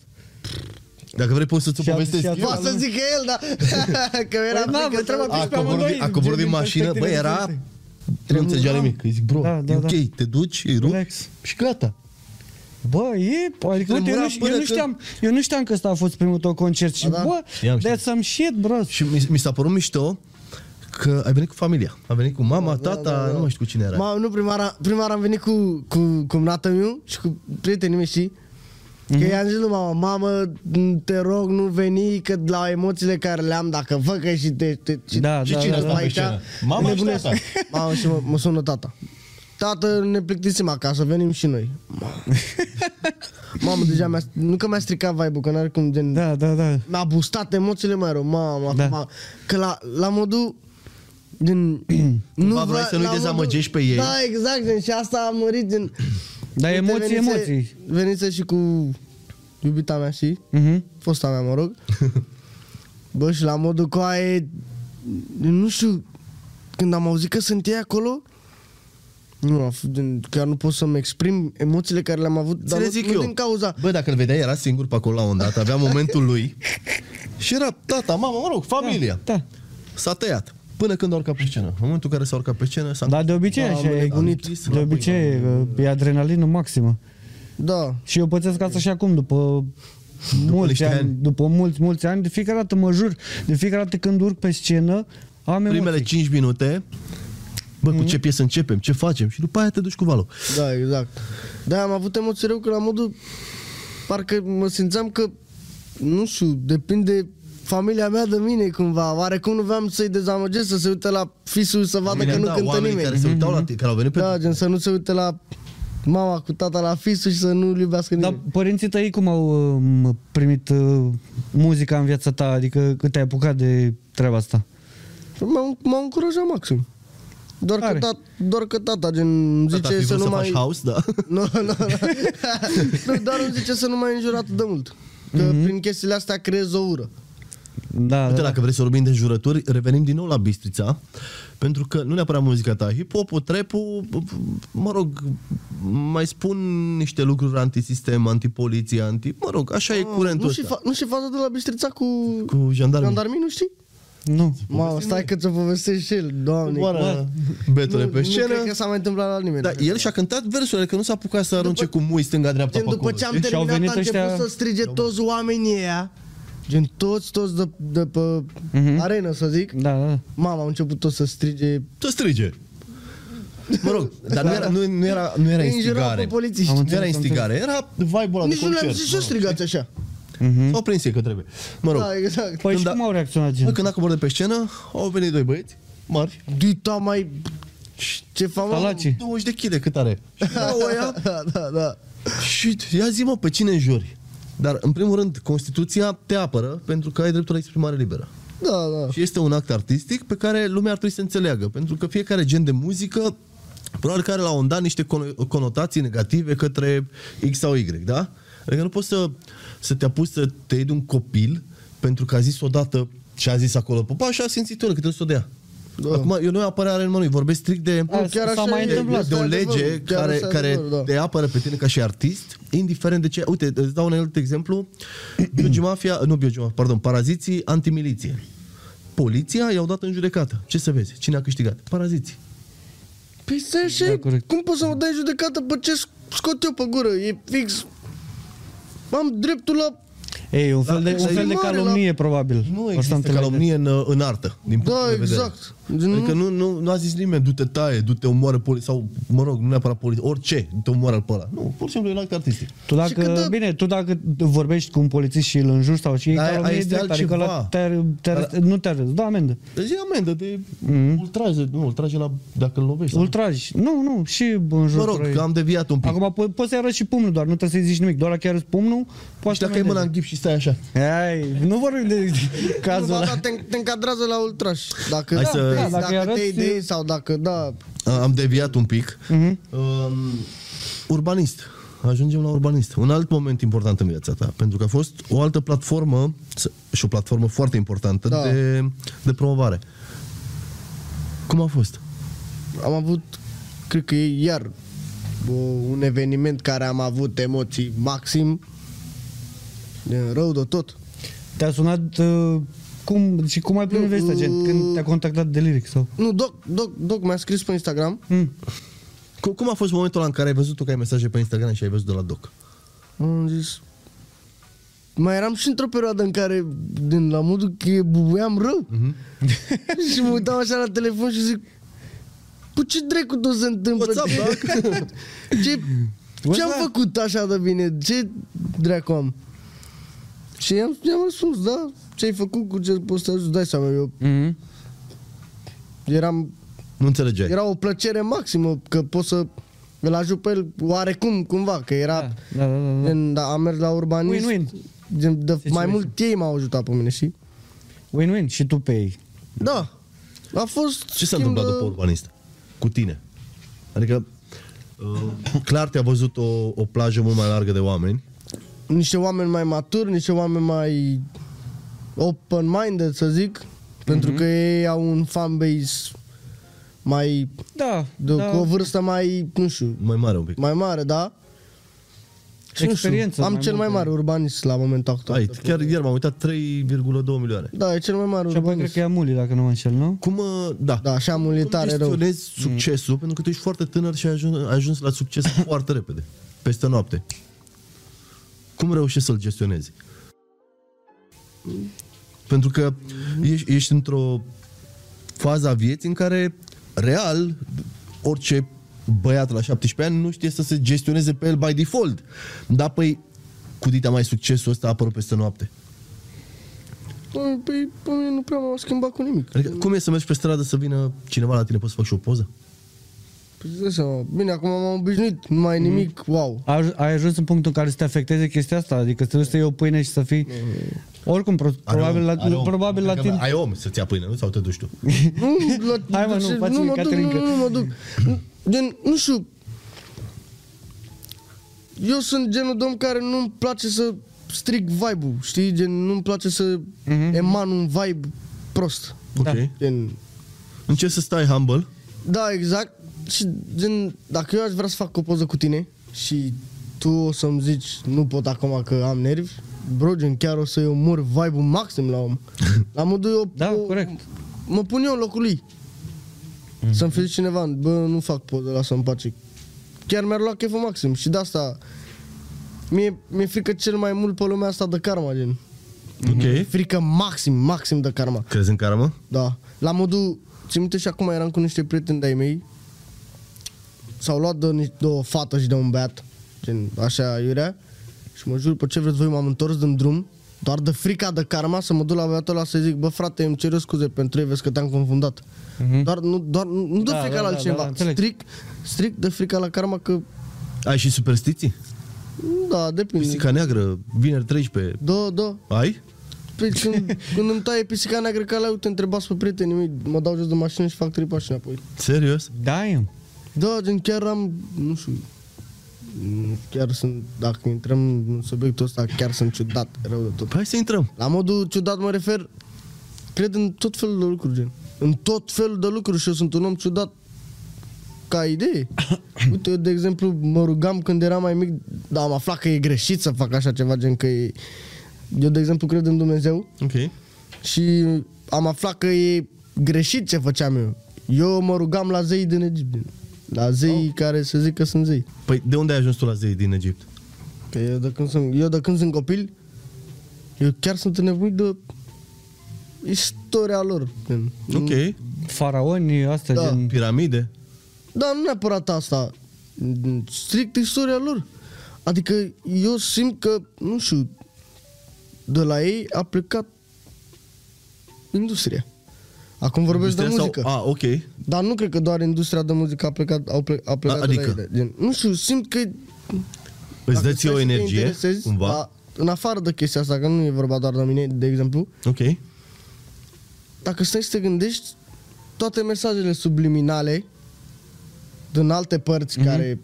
B: Dacă vrei, poți să-ți o
C: Și a-
B: povestesc.
C: și a-
B: eu.
D: Poate să zică el, da, că era
C: Păi, na,
D: frică,
C: vă
D: treaba
C: trebuie-
D: cu
B: A
C: Deci pe
B: coborât,
C: amândoi,
B: a coborât din
C: din
B: mașină, bă,
C: perspective
B: era...
C: diferite.
B: Nu înțelegea nimic. Îi zic, bro,
C: Da, da,
B: e
C: da.
B: ok, te duci, îi rupi
C: Relax.
B: și gata.
C: Bă, e, adică uite, eu,
B: Tremura
C: nu,
B: până
C: eu, nu
B: când-
C: știam, eu nu știam că ăsta a fost primul tău concert și,
D: Ba da.
C: bă,
B: Știam, știam.
C: that's some shit, bro.
B: Și mi, mi s-a părut mișto că ai venit cu familia. A venit cu mama,
C: Da,
B: tata, nu mai știu cu cine era.
D: Ma, nu, prima oară, prima oară am venit cu, cu cumnata meu și cu prietenii mei, știi? Că
C: Mhm.
D: mm-hmm. i-am zis lui mama, mamă, m, te rog, nu veni, că la emoțiile care le am, dacă vă că și te... te și,
C: Da,
D: și
C: da,
D: cine
C: da,
D: stă
C: da.
D: aici?
B: Pe scenă. Mama și
D: Nebunesc.
B: tata.
D: Mamă, și mă, mă sună tata. Tată, ne plictisim acasă, venim și noi. Mamă, mamă deja mi-a, nu că mi-a stricat vibe-ul, că n-are cum, gen,
C: Da, da, da.
D: mi-a boostat emoțiile mai rău, mamă,
C: Da.
D: da. acum, că la, la modul din, nu
B: vrei să nu-i
D: la modul-
B: dezamăgești pe ei.
D: Da, exact, gen, și asta a mărit din...
C: Dar
D: Uite,
C: emoții,
D: venise-
C: emoții.
D: Venise și cu iubita mea și
C: Mhm.
D: fosta mea, mă rog. Bă, și la modul cu aia, nu știu, când am auzit că sunt ei acolo, nu, a f- din- chiar nu pot să-mi exprim emoțiile care le-am avut,
B: Ți
D: dar
B: le
D: nu,
B: zic
D: nu
B: eu.
D: din cauza
B: Bă, dacă îl vedeai, era singur pe acolo la un dat, avea momentul lui. și era tata, mama, mă rog, familia.
C: Da.
B: S-a tăiat. Până când a urcat pe scenă. În momentul în care s-a urcat pe scenă, s-a
C: Dar de obicei
D: Da,
C: așa
D: am
C: e,
B: nebunit.
C: de obicei e, e adrenalinul maximă.
D: Da.
C: Și eu pățesc asta și acum, după mulți
B: niște
C: ani,
B: ani.
C: după mulți, mulți ani, de fiecare dată mă jur, de fiecare dată când urc pe scenă, am emoții. Mhm.
B: primele 5 minute, bă, cu ce piesă începem, ce facem și după aia te duci cu valul.
D: Da, exact. Da, am avut emoții rău că la modul... Parcă mă simțeam că, nu știu, depinde familia mea de mine cumva. Oarecum nu vreau să-i dezamăgesc să se uite la fisul să vadă
B: Oamenii-
D: că nu
B: da,
D: cântă
B: oamenii
D: nimeni.
B: care se uitau la tine, care au venit pe
D: Da, gen să nu se uite la mama cu tata la fisul și să nu-l iubească
B: Da.
C: Dar
D: nimeni.
C: părinții tăi cum au um, primit uh, muzica în viața ta? Adică cât te-ai apucat de treaba asta?
D: M-au, m-au încurajat maxim. Doar
C: Tare.
D: că, tat, doar că tata, gen, îmi
B: Tata, ar
D: zice
B: fi
D: să
B: vrut
D: nu
B: să
D: mai...
B: faci house, da.
D: Nu, nu, nu. Nu, Doar îmi zice să nu mai înjur atât de mult. Că
B: Mhm.
D: prin chestiile astea creez o ură.
C: Da,
B: Uite,
C: da.
B: dacă vrei să vorbim de jurături, revenim din nou la Bistrița, pentru că nu neapărat muzica ta, hip-hop-ul, trap-ul, mă rog, mai spun niște lucruri antisistem, antipoliție, anti... Mă rog, așa e curentul
D: Ah, nu și,
B: ăsta.
D: fa- nu și faza de la Bistrița cu,
B: Cu jandarmii.
D: jandarmii, nu știi?
C: Nu.
D: Mamă, stai că ți-o povestești și el, doamne.
B: Coboară
D: nu,
B: betele
D: nu
B: pe
D: cred că
B: scenă.
D: s-a mai întâmplat la nimeni.
B: Dar el și-a cântat versurile, că nu s-a apucat să arunce cu mui stânga-dreapta
D: Gen,
B: pe
D: după
B: acolo.
D: ce am
B: știi?
C: Și au
D: terminat, a
C: venit
D: început
C: ăștia-
D: să strige toți oamenii ăia. Gen, toți, toți de, de pe
C: Mhm.
D: mm-hmm. arenă, să zic.
C: Da, da, da.
D: Mama, au început tot să strige.
B: Să strige. Mă rog, dar nu era, nu, nu era, nu era
D: Îi înjurau
B: instigare.
D: pe polițiști.
C: Am
B: Nu era
C: înțeles, am
B: instigare, era vibe-ul ăla de
D: Nici nu le-am
B: concert.
D: zis să strigați așa.
B: O prinsie că trebuie. Mă rog,
D: Da, exact.
C: Păi și
B: Când a-
C: cum au reacționat
B: bă,
C: gen?
B: când a coborât de pe scenă, au venit doi băieți mari,
D: Dita mai... Ce famă...
C: Salaci.
B: 20 de chile cât are. Și erau
D: Da,
B: ăia
D: da, da, da.
B: Și ia zi mă, pe cine înjuri? Dar, în primul rând, Constituția te apără pentru că ai dreptul la exprimare liberă.
D: Da, da.
B: Și este un act artistic pe care lumea ar trebui să înțeleagă, pentru că fiecare gen de muzică probabil că are la un dat niște cono- conotații negative către X sau Y, da? Adică nu poți să, să te apuci să te iei de un copil pentru că a zis odată ce a zis acolo popa și a simțit el că trebuie să o dea. Da.
D: Da.
B: Acum, eu nu e apărare în mânui, vorbesc strict de
C: A,
D: chiar
C: s-a
D: așa
C: mai
D: e.
B: de,
C: întâmplat.
B: de o
D: Asta e
B: lege
D: adevărul, chiar
B: care,
D: asta e
B: care
D: adevărul, da.
B: te apără pe tine ca și artist, indiferent de ce... Uite, îți dau un alt exemplu. Biogi Mafia, nu Biogi Mafia, pardon, Paraziții antimiliție. Poliția i-au dat în judecată. Ce să vezi? Cine a câștigat? Paraziții.
D: Păi stai așa,
C: Da,
D: da,
C: corect.
D: cum poți să mă dai judecată pe ce scot eu pe gură? E fix... Am dreptul la...
C: Ei, un fel
B: Da,
C: de, un
B: să-i
C: fel de
D: mare la-
C: calomnie, probabil.
B: Nu
C: Asta
B: există
C: înțeleg.
B: calomnie în, uh, în artă, din punct
D: Da,
B: de vedere.
D: exact. Gen,
B: Adică nu, nu, nu a zis nimeni, du-te taie, du-te omoară poli sau, mă rog, nu neapărat poli, orice, du-te omoară pe ăla. Nu, pur și simplu e un act artistic.
C: Tu
D: Și
C: dacă,
D: când
C: când...
D: a-
C: bine, tu dacă vorbești cu un polițist și îl înjuri sau și ei
B: Da, aia
C: calomnie
B: este
C: direct, adică
B: altceva.
C: la te, te arest, nu te arest, da, amendă.
B: Deci e amendă de
C: Mhm.
B: mm-hmm. ultraje, nu, ultraje la, dacă îl lovești.
C: Ultraj. Nu, nu, și înjurătură.
B: Da. Mă rog, că am deviat un pic.
C: Acum po- poți să-i arăți și pumnul doar, nu trebuie să-i zici nimic, doar dacă arăți pumnul, poți
B: și dacă ai mâna în ghip și stai așa.
C: Ai, nu vorbim de
D: Nu,
C: cazul
D: ba,
C: ăla.
D: da, te, te încadrează la ultraș. Dacă,
B: Hai
D: da,
B: să-
D: da,
B: Da,
C: dacă
D: dacă, dacă
C: arăți-
D: te idei sau dacă da...
B: A, Am deviat un pic. Um, urbanist. Ajungem la urbanist. Un alt moment important în viața ta, pentru că a fost o altă platformă s- și o platformă foarte importantă
D: Da.
B: de, de promovare. Cum a fost?
D: Am avut, cred că e iar o, un eveniment care am avut emoții maxim. Gen, Rău de tot.
C: Te-a sunat uh, cum, și cum ai primit vestea, gen,
D: uh.
C: când te-a contactat de lyric sau...
D: Nu, Doc, Doc, Doc mi-a scris pe Instagram.
C: Mm.
B: Cu- Cum a fost momentul ăla în care ai văzut tu că ai mesaje pe Instagram și ai văzut de la doc?
D: Am zis... Mai eram și într-o perioadă în care, din la modul că bubuiam rău.
B: Mhm.
D: și mă uitam așa la telefon și zic... Păi ce dracu tot se întâmplă?
B: What's up, Doc?
D: ce, ce am făcut așa de bine? Ce dracu am? Și i-am, i-am răspuns, da, ce ai făcut cu ce poți să ajut, dai seama, eu
C: Mm-hmm.
D: eram,
B: Nu înțelegeai.
D: era o plăcere maximă că pot să îl ajut pe el oarecum, cumva, că era...
C: Da, da, da, da.
D: Gen, da, am mers la urbanist.
C: Win-win. Deci
D: Gen, de,
C: Situation.
D: mai mult ei m-au ajutat pe mine, și
C: Win-win și tu pe ei.
D: Da. A fost
B: Ce s-a
D: schimb
B: întâmplat
D: de-
B: după urbanist? Cu tine? Adică, uh, clar te-a văzut o, o plajă mult mai largă de oameni.
D: Niște oameni mai maturi, niște oameni mai open-minded, să zic. Pentru
C: Mhm.
D: că ei au un fanbase mai...
C: Da,
D: De,
C: da.
D: Cu o vârstă mai, nu știu,
B: Mai mare un pic.
D: mai mare, da? Și nu știu,
C: Experiență
D: Am
C: mai
D: cel mai
C: multe.
D: mare urbanist la momentul actual.
B: Ai, chiar ieri m-am uitat 3,2 milioane.
D: Da, e cel mai mare
C: Și apoi cred
D: urbanist.
C: că e amuli, dacă nu mă înșel, nu?
B: Cum, uh, da,
D: Da, și am un
B: cum
D: litare rău.
B: gestionezi succesul? Pentru că tu ești foarte tânăr și ai ajuns, ai ajuns la succes foarte repede, peste noapte. Cum reușești să-l gestionezi? Pentru că ești, ești într-o fază a vieții în care, real, orice băiat la 17 ani nu știe să se gestioneze pe el by default. Dar, păi, cu dita mai succesul ăsta a apărut peste noapte.
D: Păi, Păi, pe mine nu prea m-au schimbat cu nimic.
B: Adică, cum e să mergi pe stradă să vină cineva la tine, poți să fac și o poză?
D: Păi, îți dai seama. Bine, acum m-am obișnuit, nu
C: Mhm.
D: mai e nimic, wow.
C: Ai, ai ajuns în punctul în care să te afecteze chestia asta, adică să nu să iei o pâine și să fii... Oricum, pro- probabil, la, probabil la
B: Că
C: tine...
B: Adică, Ai om să-ți ia pâine, nu? Sau te duci tu?
D: Nu, la,
C: Hai, mă, nu,
D: se-
C: faci-mi
D: nu mă duc, nu,
C: Caterinca.
D: nu, nu mă duc. Gen, nu știu. Eu sunt genul de om care nu-mi place să strig vibe-ul, știi? Gen, nu-mi place să
C: Mhm.
D: mm-hmm. eman un vibe prost.
B: Ok.
C: Da.
D: Gen,
B: Încerci să stai humble.
D: da, exact. Și, gen, dacă eu aș vrea să fac o poză cu tine și tu o să-mi zici nu pot acum că am nervi, Brogen, chiar o să-i omor vibe-ul maxim la om. La modul eu...
C: Da,
D: eu-
C: corect.
D: Mă pun eu în locul lui. Să-mi fie cineva, bă, nu fac podă, lasă-mi pace. Chiar mi-ar lua cheful maxim și de asta... Mie, mi-e frică cel mai mult pe lumea asta de karma, gen. Mhm.
B: Ok.
D: Frică maxim, maxim de karma.
B: Crezi în karma?
D: Da. La modul, ți minte și acum eram cu niște prieteni de-ai mei, s-au luat de, ni- de o fată și de un băiat, gen așa iurea, și mă jur, pe ce vreți voi, m-am întors din drum, doar de frica de karma să mă duc la băiatul ăla să zic, bă frate, îmi cer eu scuze pentru ei, vezi că te-am confundat.
C: Mhm.
D: Doar, nu, doar, nu nu de
C: Da,
D: frica
C: da, da,
D: la altcineva,
C: da, da, înțeleg.
D: strict, strict de frica la karma că,
B: Ai și superstiții?
D: da, depinde.
B: Pisica neagră, vineri 13.
D: Da, da,
B: Ai?
D: Păi când, când îmi taie pisica neagră ca la uite, întrebați pe prietenii mei, mă dau jos de mașină și fac trei pași înapoi.
B: Serios?
C: Da, e.
D: Da, gen chiar am, nu știu, mm, chiar sunt, dacă intrăm în subiectul ăsta, chiar sunt ciudat, rău de tot.
B: Păi hai să intrăm.
D: La modul ciudat mă refer, cred în tot felul de lucruri, gen. În tot felul de lucruri și eu sunt un om ciudat ca idee. Uite, eu, de exemplu, mă rugam când eram mai mic, dar am aflat că e greșit să fac așa ceva, gen că e... Eu, de exemplu, cred în Dumnezeu,
B: Ok.
D: și am aflat că e greșit ce făceam eu. Eu mă rugam la zei din Egipt. din- La zei oh. care se zic că sunt zei.
B: Păi de unde ai ajuns tu la zei din Egipt?
D: Că eu de când sunt, eu de când sunt copil, eu chiar sunt înnebunit de istoria lor. gen.
B: Ok.
C: Faraoni, asta
D: Da.
C: gen...
B: Piramide?
D: Dar nu neapărat asta. Strict istoria lor. Adică eu simt că, nu știu, de la ei a plecat industria. Acum vorbesc de
B: Industria
D: muzică.
B: Sau... A, ok.
D: Dar nu cred că doar industria de muzică a plecat, au ple, a plecat
B: Da,
D: de la
B: adică?
D: ei, de- gen, nu știu, simt că...
B: Îți
D: dacă
B: dă ție
D: stai
B: o
D: să te
B: energie,
D: interesezi,
B: cumva?
D: a- în afară de chestia asta, că nu e vorba doar de mine, de exemplu,
B: Ok.
D: dacă stai să te gândești, toate mesajele subliminale din alte părți mm-hmm.
B: Mhm.
D: care...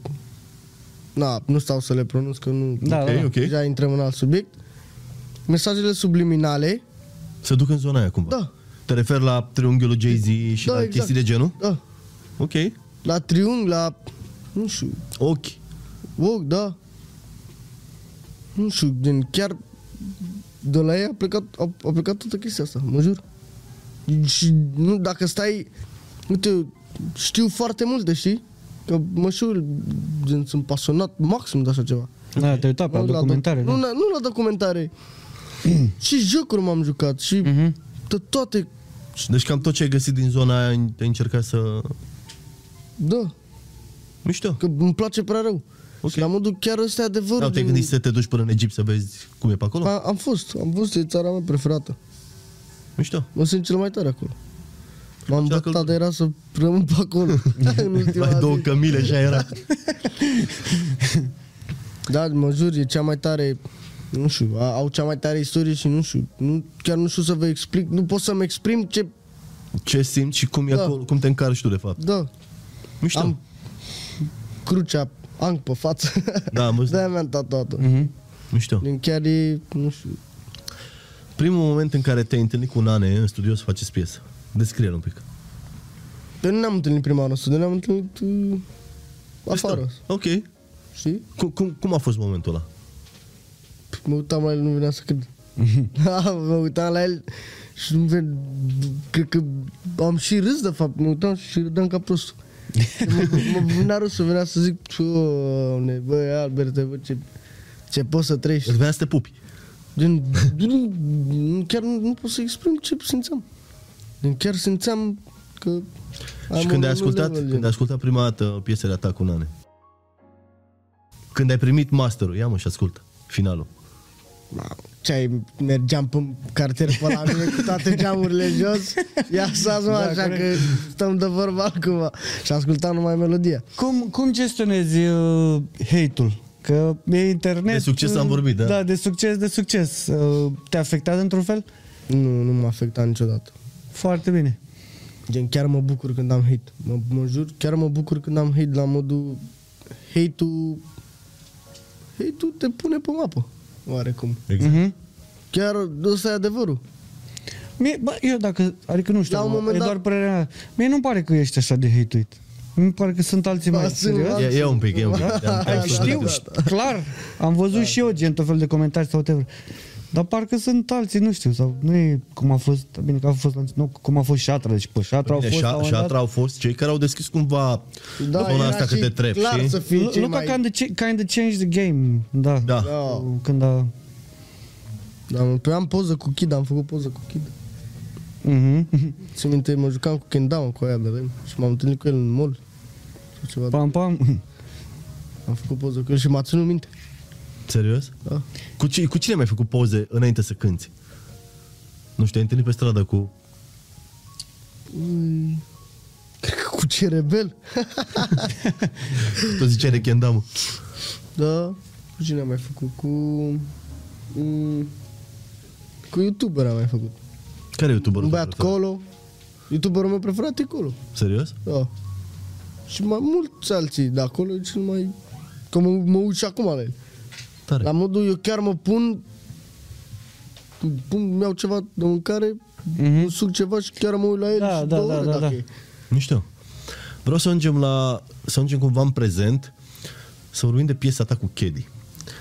D: Na, nu stau să le pronunț, că nu...
C: Da, da, da.
B: ok.
D: Deja intrăm în alt subiect. Mesajele subliminale,
B: Se duc în zona aia cumva.
D: Da.
B: Te refer la triunghiul Jay-Z și
D: Da,
B: la
D: exact.
B: chestii de genul?
D: da,
B: Ok.
D: la triunghi, la... Nu știu,
B: Ochi.
D: Wow, da. Nu știu, gen, chiar de la ei a plecat, a, a plecat toată chestia asta, mă jur. Și nu, dacă stai, uite, știu foarte multe, știi? Că mă știu, gen, sunt pasionat maxim de așa ceva.
C: Da, te-ai uitat pe la
D: Nu
C: documentare,
D: doc- nu,
C: da?
D: la, nu la documentare. și jocuri m-am jucat și
C: Mhm.
D: de toate,
B: Deci cam tot ce ai găsit din zona aia ai încercat să...
D: da,
B: Mișto.
D: că îmi place prea rău.
B: Ok.
D: Și la modul chiar ăsta e adevărul.
B: Da, te-ai
D: gen,
B: gândit să te duci până în Egipt să vezi cum e pe acolo?
D: a, am fost, am fost, e țara mea preferată.
B: Mișto.
D: Mă simt cel mai tare acolo. M-am
B: Cea
D: bătat,
B: căldură.
D: era să rămân pe acolo. da, în ultima
B: Mai două
D: zi.
B: cămile și aia era.
D: Da, mă jur, e cea mai tare... Nu știu, a- au cea mai tare istorie și nu știu, nu, chiar nu știu să vă explic, nu pot să-mi exprim ce...
B: Ce simți și cum, e
D: Da.
B: acolo, cum te încarci tu, de fapt.
D: Da,
B: Mișto.
D: Am- crucea, ang pe față.
B: Da, am văzut. Mm.
D: De-aia mi-am tatuat-o.
C: Mhm.
B: Mișto.
D: Din chiar e, nu știu,
B: Primul moment în care te-ai întâlnit cu Nane în studio să faceți piesă. Descrie-l un pic.
D: eu nu ne-am întâlnit prima oară, ne-am întâlnit uh,
B: Deci
D: afară,
B: Mișto. Ok.
D: știi?
B: Cum, cum, cum a fost momentul ăla?
D: Mă uitam la el, nu venea să cred.
B: Mhm.
D: mă uitam la el și nu ven... Cred că am și râs, de fapt. Mă uitam și râdeam ca prostul. mă, mă venea râsul, venea să zic, "Doamne, băi, Albert, bă, ce, ce poți să trăiești.
B: Îți venea să te pupi.
D: Gen, nu- chiar nu, nu pot să exprim ce simțeam. Gen, chiar simțeam că...
B: și
D: am
B: când ai
D: un
B: ascultat,
D: level,
B: când ai
D: gen.
B: ascultat prima dată piesele ta cu Nane? Când ai primit masterul, ia mă și ascultă finalul.
D: Mamă, Ce ai, mergeam pe cartier pe la mine cu toate geamurile jos Ia să
B: Da,
D: mă, așa că stăm de vorba acum Și ascultam numai melodia
C: Cum, cum gestionezi uh, hate-ul? Că e internet...
B: De succes
C: uh,
B: am vorbit, da.
C: Da, de succes, de succes. Uh, te afectează într-un fel?
D: Nu, nu m-a afectat niciodată
C: Foarte bine.
D: Gen, chiar mă bucur când am hate mă, mă jur, chiar mă bucur când am hate la modul Hate-ul Hate-ul te pune pe mapă Oarecum
B: Exact.
C: Mhm.
D: Chiar ăsta e adevărul
C: Mie, bă, eu dacă, adică nu știu,
D: La un
C: mă,
D: moment
C: e
D: dat-
C: doar părerea mea. Mie nu pare că ești așa de hate-uit. Mi pare că sunt alții mai
D: Ba, Da, sunt
C: serios.
D: alții.
B: E, e un pic, e un pic.
D: Da,
B: Te-am- te-am
D: da,
B: susținut.
C: Știu,
D: da,
C: clar, am văzut și eu gen tot fel de comentarii sau whatever. Dar parcă sunt alții, nu știu, sau nu e cum a fost, bine că a fost, la- nu, cum a fost șatra, deci pe șatra au
B: Păi Bine,
C: fost, la un
B: șa-
C: moment dat-
B: șatra au fost cei care au deschis cumva da, zona
D: era
B: asta
D: și
B: câte trep,
D: clar
B: știi?
D: să fie
C: Lu-
D: cei
C: Luca
D: mai...
C: kind, of, kind of changed the game, da.
B: Da.
D: Da.
C: Când a...
D: Am, pe păi am poză cu Kid, am făcut poză cu Kid.
C: Mhm.
D: Țin minte, mă jucam cu Kendown cu aia de vreme și m-am întâlnit cu el în mall. Sau ceva.
C: Pam, pam.
D: Am făcut poză cu el și m-a ținut minte.
B: Serios?
D: Da.
B: Cu, ci, cu cine mai ai făcut poze înainte să cânti? Nu știu, te-ai întâlnit pe stradă cu...
D: Cred că cu ce rebel?
B: Tu ziceai de Kendam.
D: Da. Cu cine am mai făcut? Cu... Mm, cu YouTuber am mai făcut.
B: Care e youtuberul?
D: Un
B: tău
D: băiat
B: preferat?
D: Colo. YouTuberul meu preferat e Colo.
B: Serios?
D: Da. Și mai mulți alții de acolo, e cel mai... Că mă, mă uit și acum la el.
B: Tare.
D: La modul, eu chiar mă pun... pun mi-au ceva de mâncare, mm-hmm. suc ceva și chiar mă uit la el
C: Mhm. Da,
D: și
C: da,
D: două
C: da,
D: ore
C: da,
D: dacă
C: da.
D: e.
B: Nu știu. Vreau să ajungem la... Să ajungem cumva în prezent să vorbim de piesa ta cu Kedi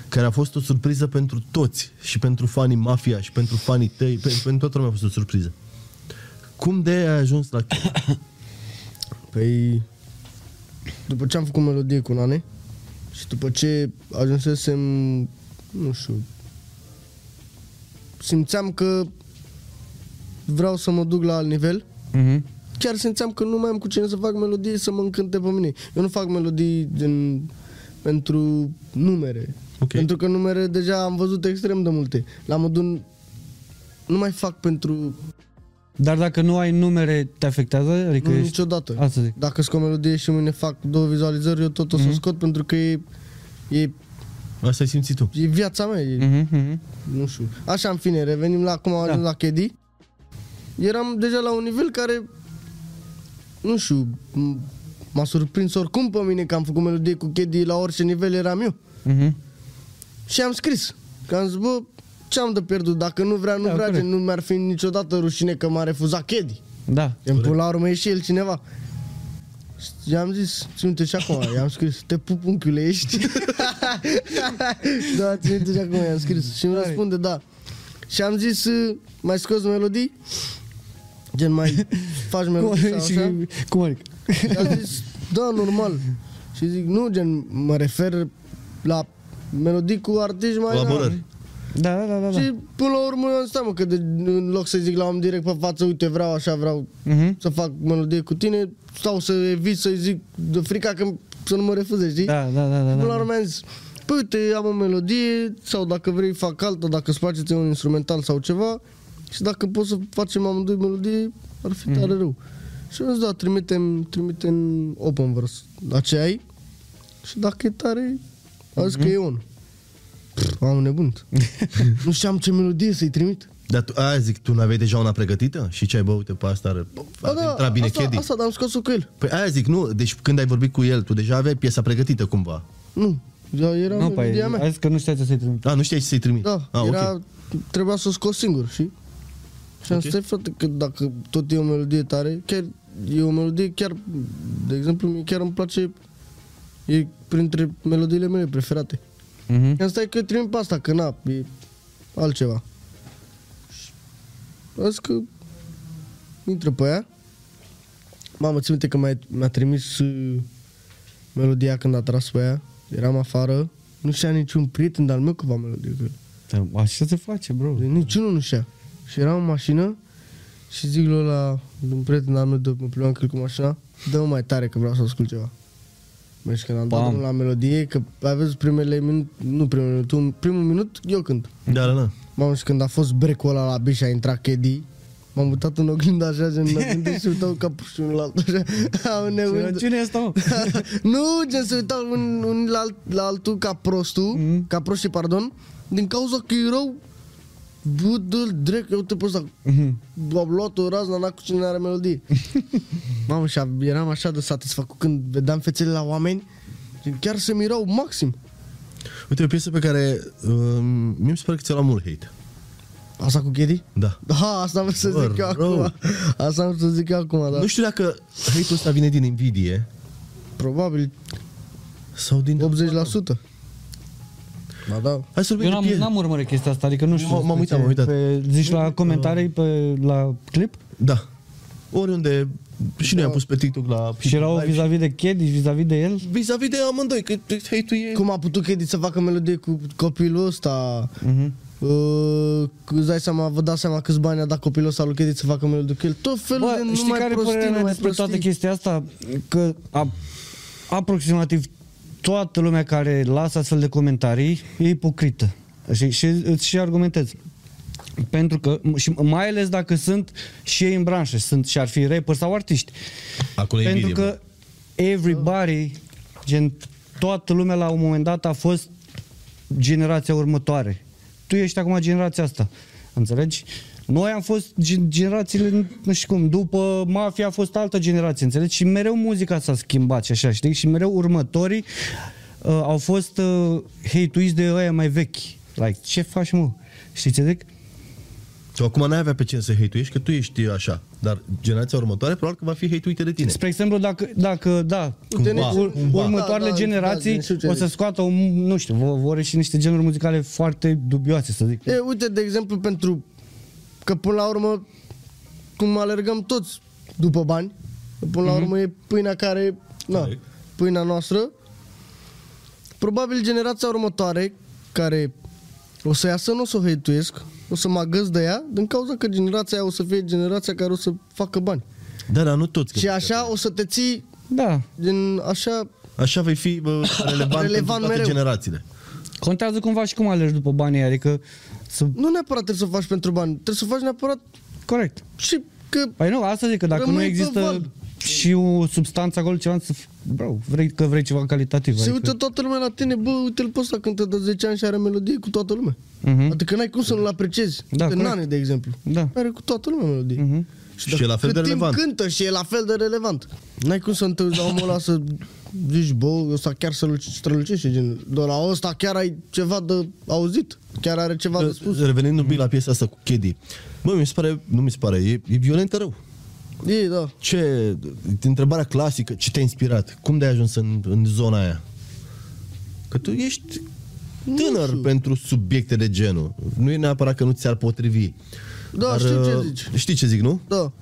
B: care a fost o surpriză pentru toți și pentru fanii Mafia și pentru fanii tăi, pe- pentru toată lumea a fost o surpriză. Cum de ai ajuns la Kedi?
D: Păi, după ce am făcut melodie cu Nane și după ce ajunsesem, nu știu, simțeam că vreau să mă duc la alt nivel,
C: Mhm.
D: chiar simțeam că nu mai am cu cine să fac melodii să mă încânte pe mine. Eu nu fac melodii din, pentru numere.
B: Ok.
D: Pentru că numere deja am văzut extrem de multe. La modul nu mai fac pentru
C: Dar dacă nu ai numere, te afectează? Adică
D: nu,
C: ești...
D: niciodată.
C: Asta zic. Mhm.
D: Dacă scot o melodie și mâine fac două vizualizări, eu tot o să mm-hmm. scot pentru că e, e,
B: Asta ai simțit tu.
D: e viața mea, e,
C: Mhm, mhm.
D: nu știu. Așa, în fine, revenim la cum am
C: Da.
D: ajuns la Kedi. Eram deja la un nivel care, nu știu, m- m-a surprins oricum pe mine că am făcut melodie cu Kedi la orice nivel eram eu.
C: Mhm.
D: Și am scris. Că am zis, bă, ce am de pierdut? Dacă nu vrea, nu
C: Da,
D: vrea, gen,
C: corect.
D: nu mi-ar fi niciodată rușine că m-a refuzat Kedi.
C: Da.
D: În pula la urmă e și el cineva. Și I-am zis, ți minte și acum, i-am scris, te pup unchiule, ești? da, ți minte și acum, i-am scris. Și îmi răspunde, da. Și am zis, "Uh, mai scoți melodii? Gen, mai faci
C: Cum,
D: melodii sau
C: și,
D: așa?
C: cum adică?
D: Și am zis, da, normal. Și zic, nu, gen, mă refer la melodii cu artiști mai...
B: Colaborări.
C: Da, da, da, da. da.
D: Și până la urmă eu am stat, mă, că de, în loc să zic la om direct pe față, uite, vreau așa, vreau
C: Mhm.
D: să fac melodie cu tine, stau să evit să-i zic de frica că să nu mă refuze, știi?
C: Da, da, da, da.
D: Până la
C: da.
D: urmă am zis, păi uite, am o melodie sau dacă vrei fac alta, dacă îți place ție un instrumental sau ceva și dacă poți să facem amândoi melodie, ar fi
B: Mhm.
D: tare rău. Și am zis, da, trimitem, trimitem open verse la ce ai și dacă e tare, a zis că
B: Mhm.
D: e unul. Pff, Am nebunit. nu știam ce melodie să-i trimit.
B: Dar tu, aia zic, tu n-aveai deja una pregătită? Și ce ai bă, uite, pe asta ar, ar da, intra bine
D: asta,
B: Kedi.
D: asta, dar am scos-o cu el.
B: Păi aia zic, nu, deci când ai vorbit cu el, tu deja aveai piesa pregătită cumva.
D: Nu, eu- era
C: Nu, păi,
D: melodia mea.
C: ai zis că nu știa ce să-i trimit.
B: A, nu știai ce să-i trimit.
D: Da,
B: A,
D: era,
B: Ah, ok.
D: trebuia să o scot singur, și Și am
B: Ok.
D: okay. stai frate, că dacă tot e o melodie tare, chiar e o melodie chiar, de exemplu, mie chiar îmi place, e printre melodiile mele preferate.
C: Mhm.
D: Am stai că trimit pe asta, că na, e altceva. Și Azi că intră pe ea. Mamă, ți minte că mi-a, mi-a trimis uh, melodia când a tras pe ea. Eram afară, nu știa niciun prieten de-al meu că va melodie cu el.
C: Da, Așa se face, bro.
D: Păi Niciunul nu știa. Și eram în mașină și zic lui ăla, un prieten al meu, de mă plimbam cu el cu mașina, dă mai tare că vreau să ascult ceva. Deci când am dat
C: Bam.
D: drumul la melodie, că aveți primele minut, nu primele minut, un, primul minut, eu cânt.
B: Da, da, da.
D: Mamă, și când a fost break ăla la bici, a intrat Kedi, m-am mutat în oglindă așa, gen, în oglindă și se uitau ca puși unul la altul, așa, au
C: Ce-
D: nebunit.
C: Cine e asta, mă?
D: nu, gen, se uitau un, un la, alt- la altul ca prostul, mm. ca proștii, pardon, din cauza că erau Bă, dă-l drec, eu te poți să...
B: Mm-hmm.
D: Am luat o razna, n-a cu cine are melodie. Mamă, și a- eram așa de satisfăcut când vedeam fețele la oameni, gen, chiar se mirau maxim.
B: Uite, o piesă pe care um, mi se pare că ți-a luat mult hate.
D: Asta cu Kedi?
B: Da.
D: Da, asta vreau să
B: Bă,
D: zic eu
B: rău.
D: acum. Asta vreau să zic eu acum,
B: da.
D: dar
B: Nu știu dacă hate-ul ăsta vine din invidie
D: probabil
B: Da, sau din...
D: 80%. Ba da.
B: Hai să
C: Eu
B: vorbim de
C: n-am,
B: pie-
C: n-am urmărit chestia asta, adică nu știu.
B: M-am- m-am
C: despre
B: uitat,
C: ce-
B: m-am
C: Pe, zici la comentarii, pe, la clip?
B: Da. Oriunde și noi am pus pe TikTok la
C: Și erau vis-a-vis de Chedi, vis-a-vis de el?
B: vis-a-vis de amândoi, că hei, tu e...
D: Cum a putut Kedi să facă melodie cu copilul ăsta? Mm-hmm. Uh, îți dai seama, vă dați seama câți bani a dat copilul ăsta lui Kedi să facă melodie cu el? Tot felul
C: Bă,
D: de
C: știi
D: numai
C: care e
D: prostii,
C: părerea mea
D: numai
C: despre
D: prostii.
C: toată chestia asta? Că a, aproximativ toată lumea care lasă astfel de comentarii e ipocrită. Și, și îți și argumentez. Pentru că, și mai ales dacă sunt și ei în branșă, sunt și ar fi rapper sau artiști.
B: Acolo e
C: Pentru
B: invidie,
C: că everybody, gen toată lumea la un moment dat a fost generația următoare. Tu ești acum generația asta. Înțelegi? Noi am fost gen- generațiile, nu știu cum, după mafia a fost altă generație, înțelegi? Și mereu muzica s-a schimbat și așa, știi? Și mereu următorii uh, au fost uh, hate de ăia mai vechi. Like, ce faci, mă? Știi ce zic?
B: Tu acum n-ai avea pe cine să hate-uiești, că tu ești așa. Dar generația următoare probabil că va fi hate de tine.
C: Spre exemplu, dacă, dacă da,
B: Cumva,
C: ur-
B: cumva.
C: următoarele
D: Da, da,
C: generații
D: da, știu ce
C: o să
D: zici.
C: scoată, un, nu știu, vor, vor și niște genuri muzicale foarte dubioase, să zic.
D: E, uite, de exemplu, pentru că până la urmă, cum alergăm toți după bani, până la urmă e pâinea care, na,
B: Corect.
D: pâinea noastră, probabil generația următoare, care o să iasă, nu o să o hăituiesc, o să mă agăț de ea, din cauza că generația aia o să fie generația care o să facă bani.
B: Da, dar nu toți. că-
D: Și așa o să te ții
C: Da,
D: din așa...
B: Așa vei fi bă, relevant,
D: Relevant
B: pentru toate
D: mereu.
B: generațiile.
C: contează cumva și cum alergi după banii aia, adică să...
D: Nu neapărat trebuie să o faci pentru bani, trebuie să o faci neapărat
C: Corect.
D: și că
C: Păi nu, asta zic că dacă
D: Rămâi
C: nu
D: pe
C: există
D: val.
C: și o substanță acolo, ceva să... f- Bro, vrei, că vrei ceva calitativ.
D: Se
C: adică-
D: uită toată lumea la tine, bă, uite-l pe ăsta cântă de 10 ani și are melodie cu toată lumea.
C: Mhm.
D: Uh-huh. Adică n-ai cum să nu-l apreciezi.
C: Da,
D: Da, în
C: corect.
D: nane, de exemplu.
C: Da. Mhm.
D: Are cu toată lumea melodie. Uh-huh.
B: Și e la fel de relevant.
D: Timp cântă și e la fel de relevant. N-ai cum să întâlnești la omul ăla să zici, bă, ăsta chiar să-l strălucește. Gen, de la ăsta chiar ai ceva de auzit. Chiar are ceva
C: Da.
D: de spus.
B: Revenind un pic la piesa asta cu Kedi. Bă, mi se pare, nu mi se pare, e, e violentă rău.
D: E, da.
B: Ce, întrebarea clasică, ce te-a inspirat? Cum de-ai ajuns în, în zona aia? Că tu ești tânăr pentru subiecte de genul. Nu e neapărat că nu ți-ar potrivi.
D: Da, știu ce
B: uh,
D: zici.
B: Știi ce zic, nu?
D: Da.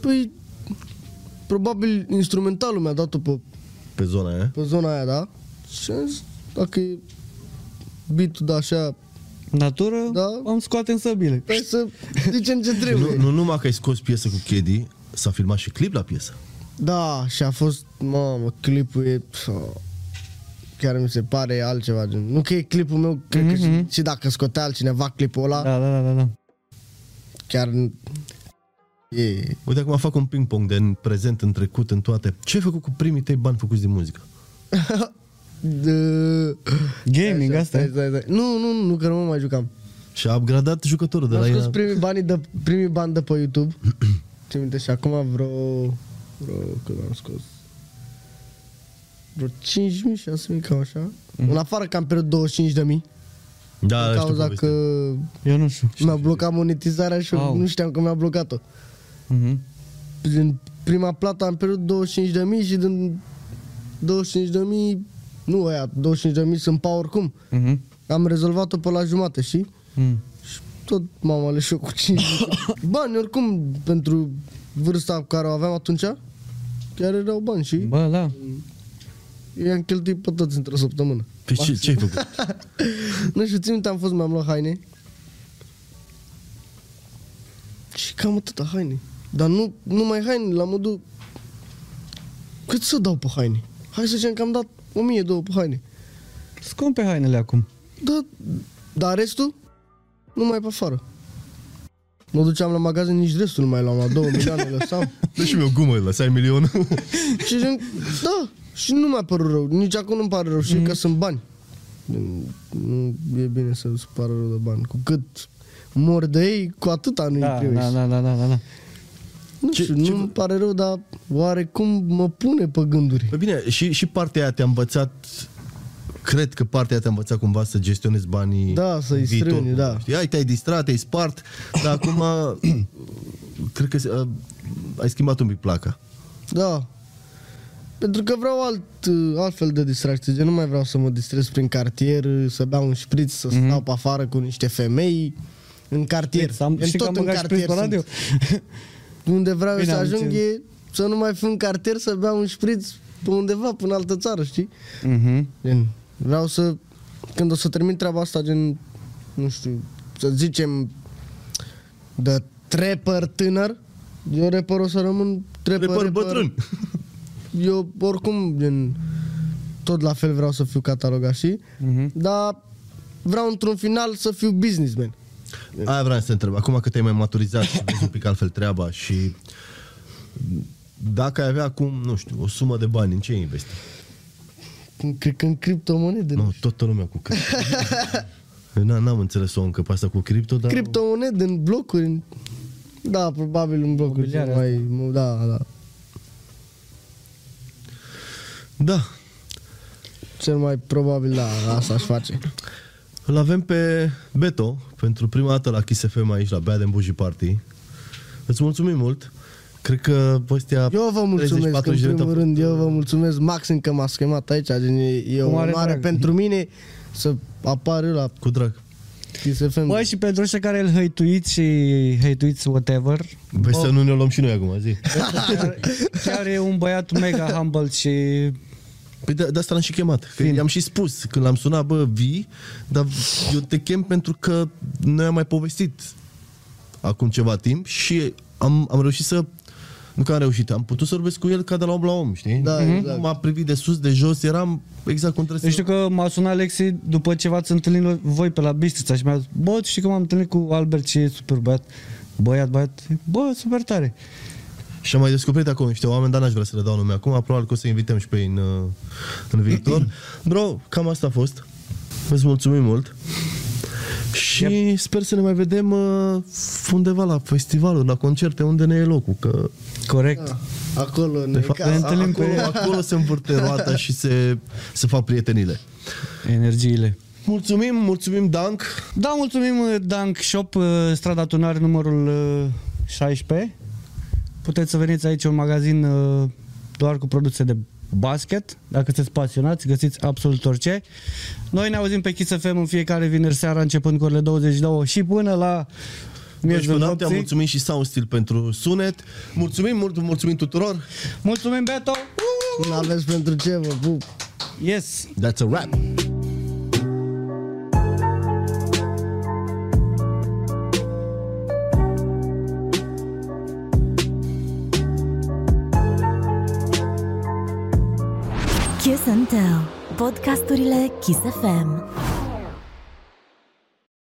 D: Păi, probabil instrumentalul mi-a dat-o pe
B: Pe zona aia.
D: pe zona aia, da? Și am zis, dacă e beat-ul de așa,
C: Natură,
D: Da. Păi
C: am scoate în săbile.
D: hai să zicem ce
B: Nu,
D: trebuie.
B: nu numai că ai scos piesă cu Kedi, s-a filmat și clip la piesă.
D: Da, și a fost, mamă, clipul e... pf, Chiar mi se pare altceva, gen. Nu că e clipul meu, cred că și, și dacă scotea altcineva clipul ăla, da.
C: Da, da, da, da, da.
D: chiar... n- E...
B: Uite acum fac un ping-pong de în prezent, în trecut, în toate. Ce ai făcut cu primii tăi bani făcuți din muzică?
D: De...
C: Gaming, asta
D: Stai,
C: e.
D: stai, stai. Nu, nu, nu, că nu mă mai jucam.
B: Și a upgradat jucătorul de
D: Am
B: la
D: scos
B: el.
D: primii bani de, primii bani de pe YouTube. Ce minte și acum vreo vreo cât am scos. Vreo 5.000, 6.000 cam așa.
C: Mhm.
D: În afară că am pierdut 25.000 din
B: Da, știu
D: cauza
B: povestea.
D: că
C: Eu nu știu.
D: mi-a blocat monetizarea și
C: Au.
D: eu nu știam că mi-a blocat-o.
C: Mhm.
D: Din prima plată am pierdut 25.000 și din 25.000 nu aia, 25.000 sunt pa oricum.
C: Mhm.
D: Am rezolvat-o pe la jumate, știi?
C: Mhm.
D: Și tot m-am ales și eu cu 5 Bani oricum pentru vârsta care o aveam atunci Chiar erau bani și
C: Bă, da.
D: i-am cheltuit pe toți într-o săptămână
B: Păi ce, ce ai făcut?
D: Nu știu, țin minte, am fost, mi-am luat haine Și cam atâta haine Dar nu, nu mai haine, la modul Cât să dau pe haine? Hai să zicem că am dat 1000 două pe haine
C: Scumpe hainele acum.
D: Da, dar restul? Nu mai pe afară Mă duceam la magazin, nici restul nu mai luam, la două milioane lăsam
B: Dă și mie o gumă, lăsai milion.
D: Și gen, da, și nu mi-a părut rău, nici acum nu-mi pare rău, și
C: Mhm.
D: mm. că sunt bani. Nu e bine să-ți pară rău de bani, cu cât mor de ei, cu atâta nu-i
C: Da,
D: primești.
C: da, da, da, da, da, da.
D: Nu
B: Ce-
D: știu,
B: ce
D: nu-mi
B: vă-
D: pare rău, dar oarecum mă pune pe gânduri.
B: Păi bine, și, și partea aia te-a învățat cred că partea aia te-a învățat cumva să gestionezi banii
D: Da, să-i
B: în viitor,
D: strâni,
B: cumva,
D: da.
B: Știi? Ai, te-ai distrat, te-ai spart, dar acum cred că uh, ai schimbat un pic placa.
D: Da. Pentru că vreau alt, altfel de distracție, gen nu mai vreau să mă distrez prin cartier, să beau un șpriț, să
C: Mhm.
D: mm-hmm. stau pe afară cu niște femei, în cartier.
C: Fix, am,
D: Gen,
C: Păi, știi că am băgat și pe
D: sunt.
C: radio.
D: Unde vreau
C: Bine,
D: Bine, să
C: am
D: ajung
C: înțeles.
D: e să nu mai fiu în cartier, să beau un șpriț pe undeva, până altă țară, știi?
C: Mhm.
D: Gen, vreau să, când o să termin treaba asta, gen, nu știu, să zicem, de trepăr tânăr, eu repăr o să rămân trepăr,
B: Repăr bătrân.
D: Eu oricum, gen, tot la fel vreau să fiu catalogat și,
C: Mhm.
D: dar vreau într-un final să fiu businessman.
B: Aia vreau să te întreb. Acum că te-ai mai maturizat și vezi un pic altfel treaba și dacă ai avea acum, nu știu, o sumă de bani, în ce ai investi?
D: Cred că în criptomonede.
B: Nu, toată lumea cu cripto. Eu n- n-am înțeles-o încă pe asta cu cripto,
C: Da.
B: dar...
D: criptomonede în blocuri. în- Da, probabil în blocuri. cel
C: Mobiliare
D: Mai, mu- da, da.
B: Da,
D: Cel mai probabil, da, asta aș face.
B: Îl avem pe Beto pentru prima dată la Kiss FM aici, la Bad and Bougie Party. Îți mulțumim mult. Cred că ăstea...
D: Eu vă mulțumesc,
B: 30-40
D: în
B: de minute
D: primul
B: au-
D: rând, eu vă mulțumesc maxim că m-ați chemat aici, gen, e, e o
C: Cu mare
D: onoare
C: drag.
D: pentru mine să apar eu la
B: Cu drag.
D: Kiss FM.
C: Bă, și pentru ăștia care îl hăituiți și hăituiți whatever,
B: Vezi să nu ne luăm și noi acum, zi.
C: chiar, chiar e un băiat mega humble și
B: Păi de, de asta l-am și chemat. Că
C: Fin.
B: i-am și spus când l-am sunat, bă, vii, dar eu te chem pentru că noi am mai povestit acum ceva timp și am, am reușit să... Nu că am reușit, am putut să vorbesc cu el ca de la om la om, știi?
D: Da,
B: Nu
D: exact. Deci
B: M-a privit de sus, de jos, eram exact cum
C: Eu
B: trebuie
C: știu
B: să...
C: că m-a sunat Alexi după ce v-ați întâlnit lo- voi pe la Bistrița și mi-a zis, bă, tu știi că m-am întâlnit cu Albert și e super băiat. Băiat, băiat, bă, super tare.
B: Și am mai descoperit acolo niște oameni, dar n-aș vrea să le dau nume acum, probabil că o să invităm și pe ei în, uh, în viitor. Bro, cam asta a fost. Îți mulțumim mult. Și sper să ne mai vedem uh, undeva la festivalul, la concerte, unde ne e locul, că
C: Corect.
D: Da. Acolo ne
B: de fapt,
D: ca-
C: ne întâlnim
B: acolo,
C: pe-
B: acolo se învârte roata și se, se fac prietenile.
C: Energiile.
B: Mulțumim, mulțumim, Dank.
C: Da, mulțumim uh, Dunk Shop, uh, strada Tunar, numărul uh, 16. Puteți să veniți aici un magazin uh, doar cu produse de basket. Dacă sunteți pasionați, găsiți absolut orice. Noi ne auzim pe Kiss FM în fiecare vineri seara, începând cu orele 22 și până la
B: Deci,
C: miezul
B: noaptea,
C: nopții.
B: mulțumim și Soundsteel pentru sunet. Mulțumim mult, mulțumim tuturor.
C: Mulțumim, Beto!
D: Nu aveți pentru ce, vă pup.
C: Yes!
B: That's a wrap.
A: Kiss and Tell. Podcasturile Kiss FM.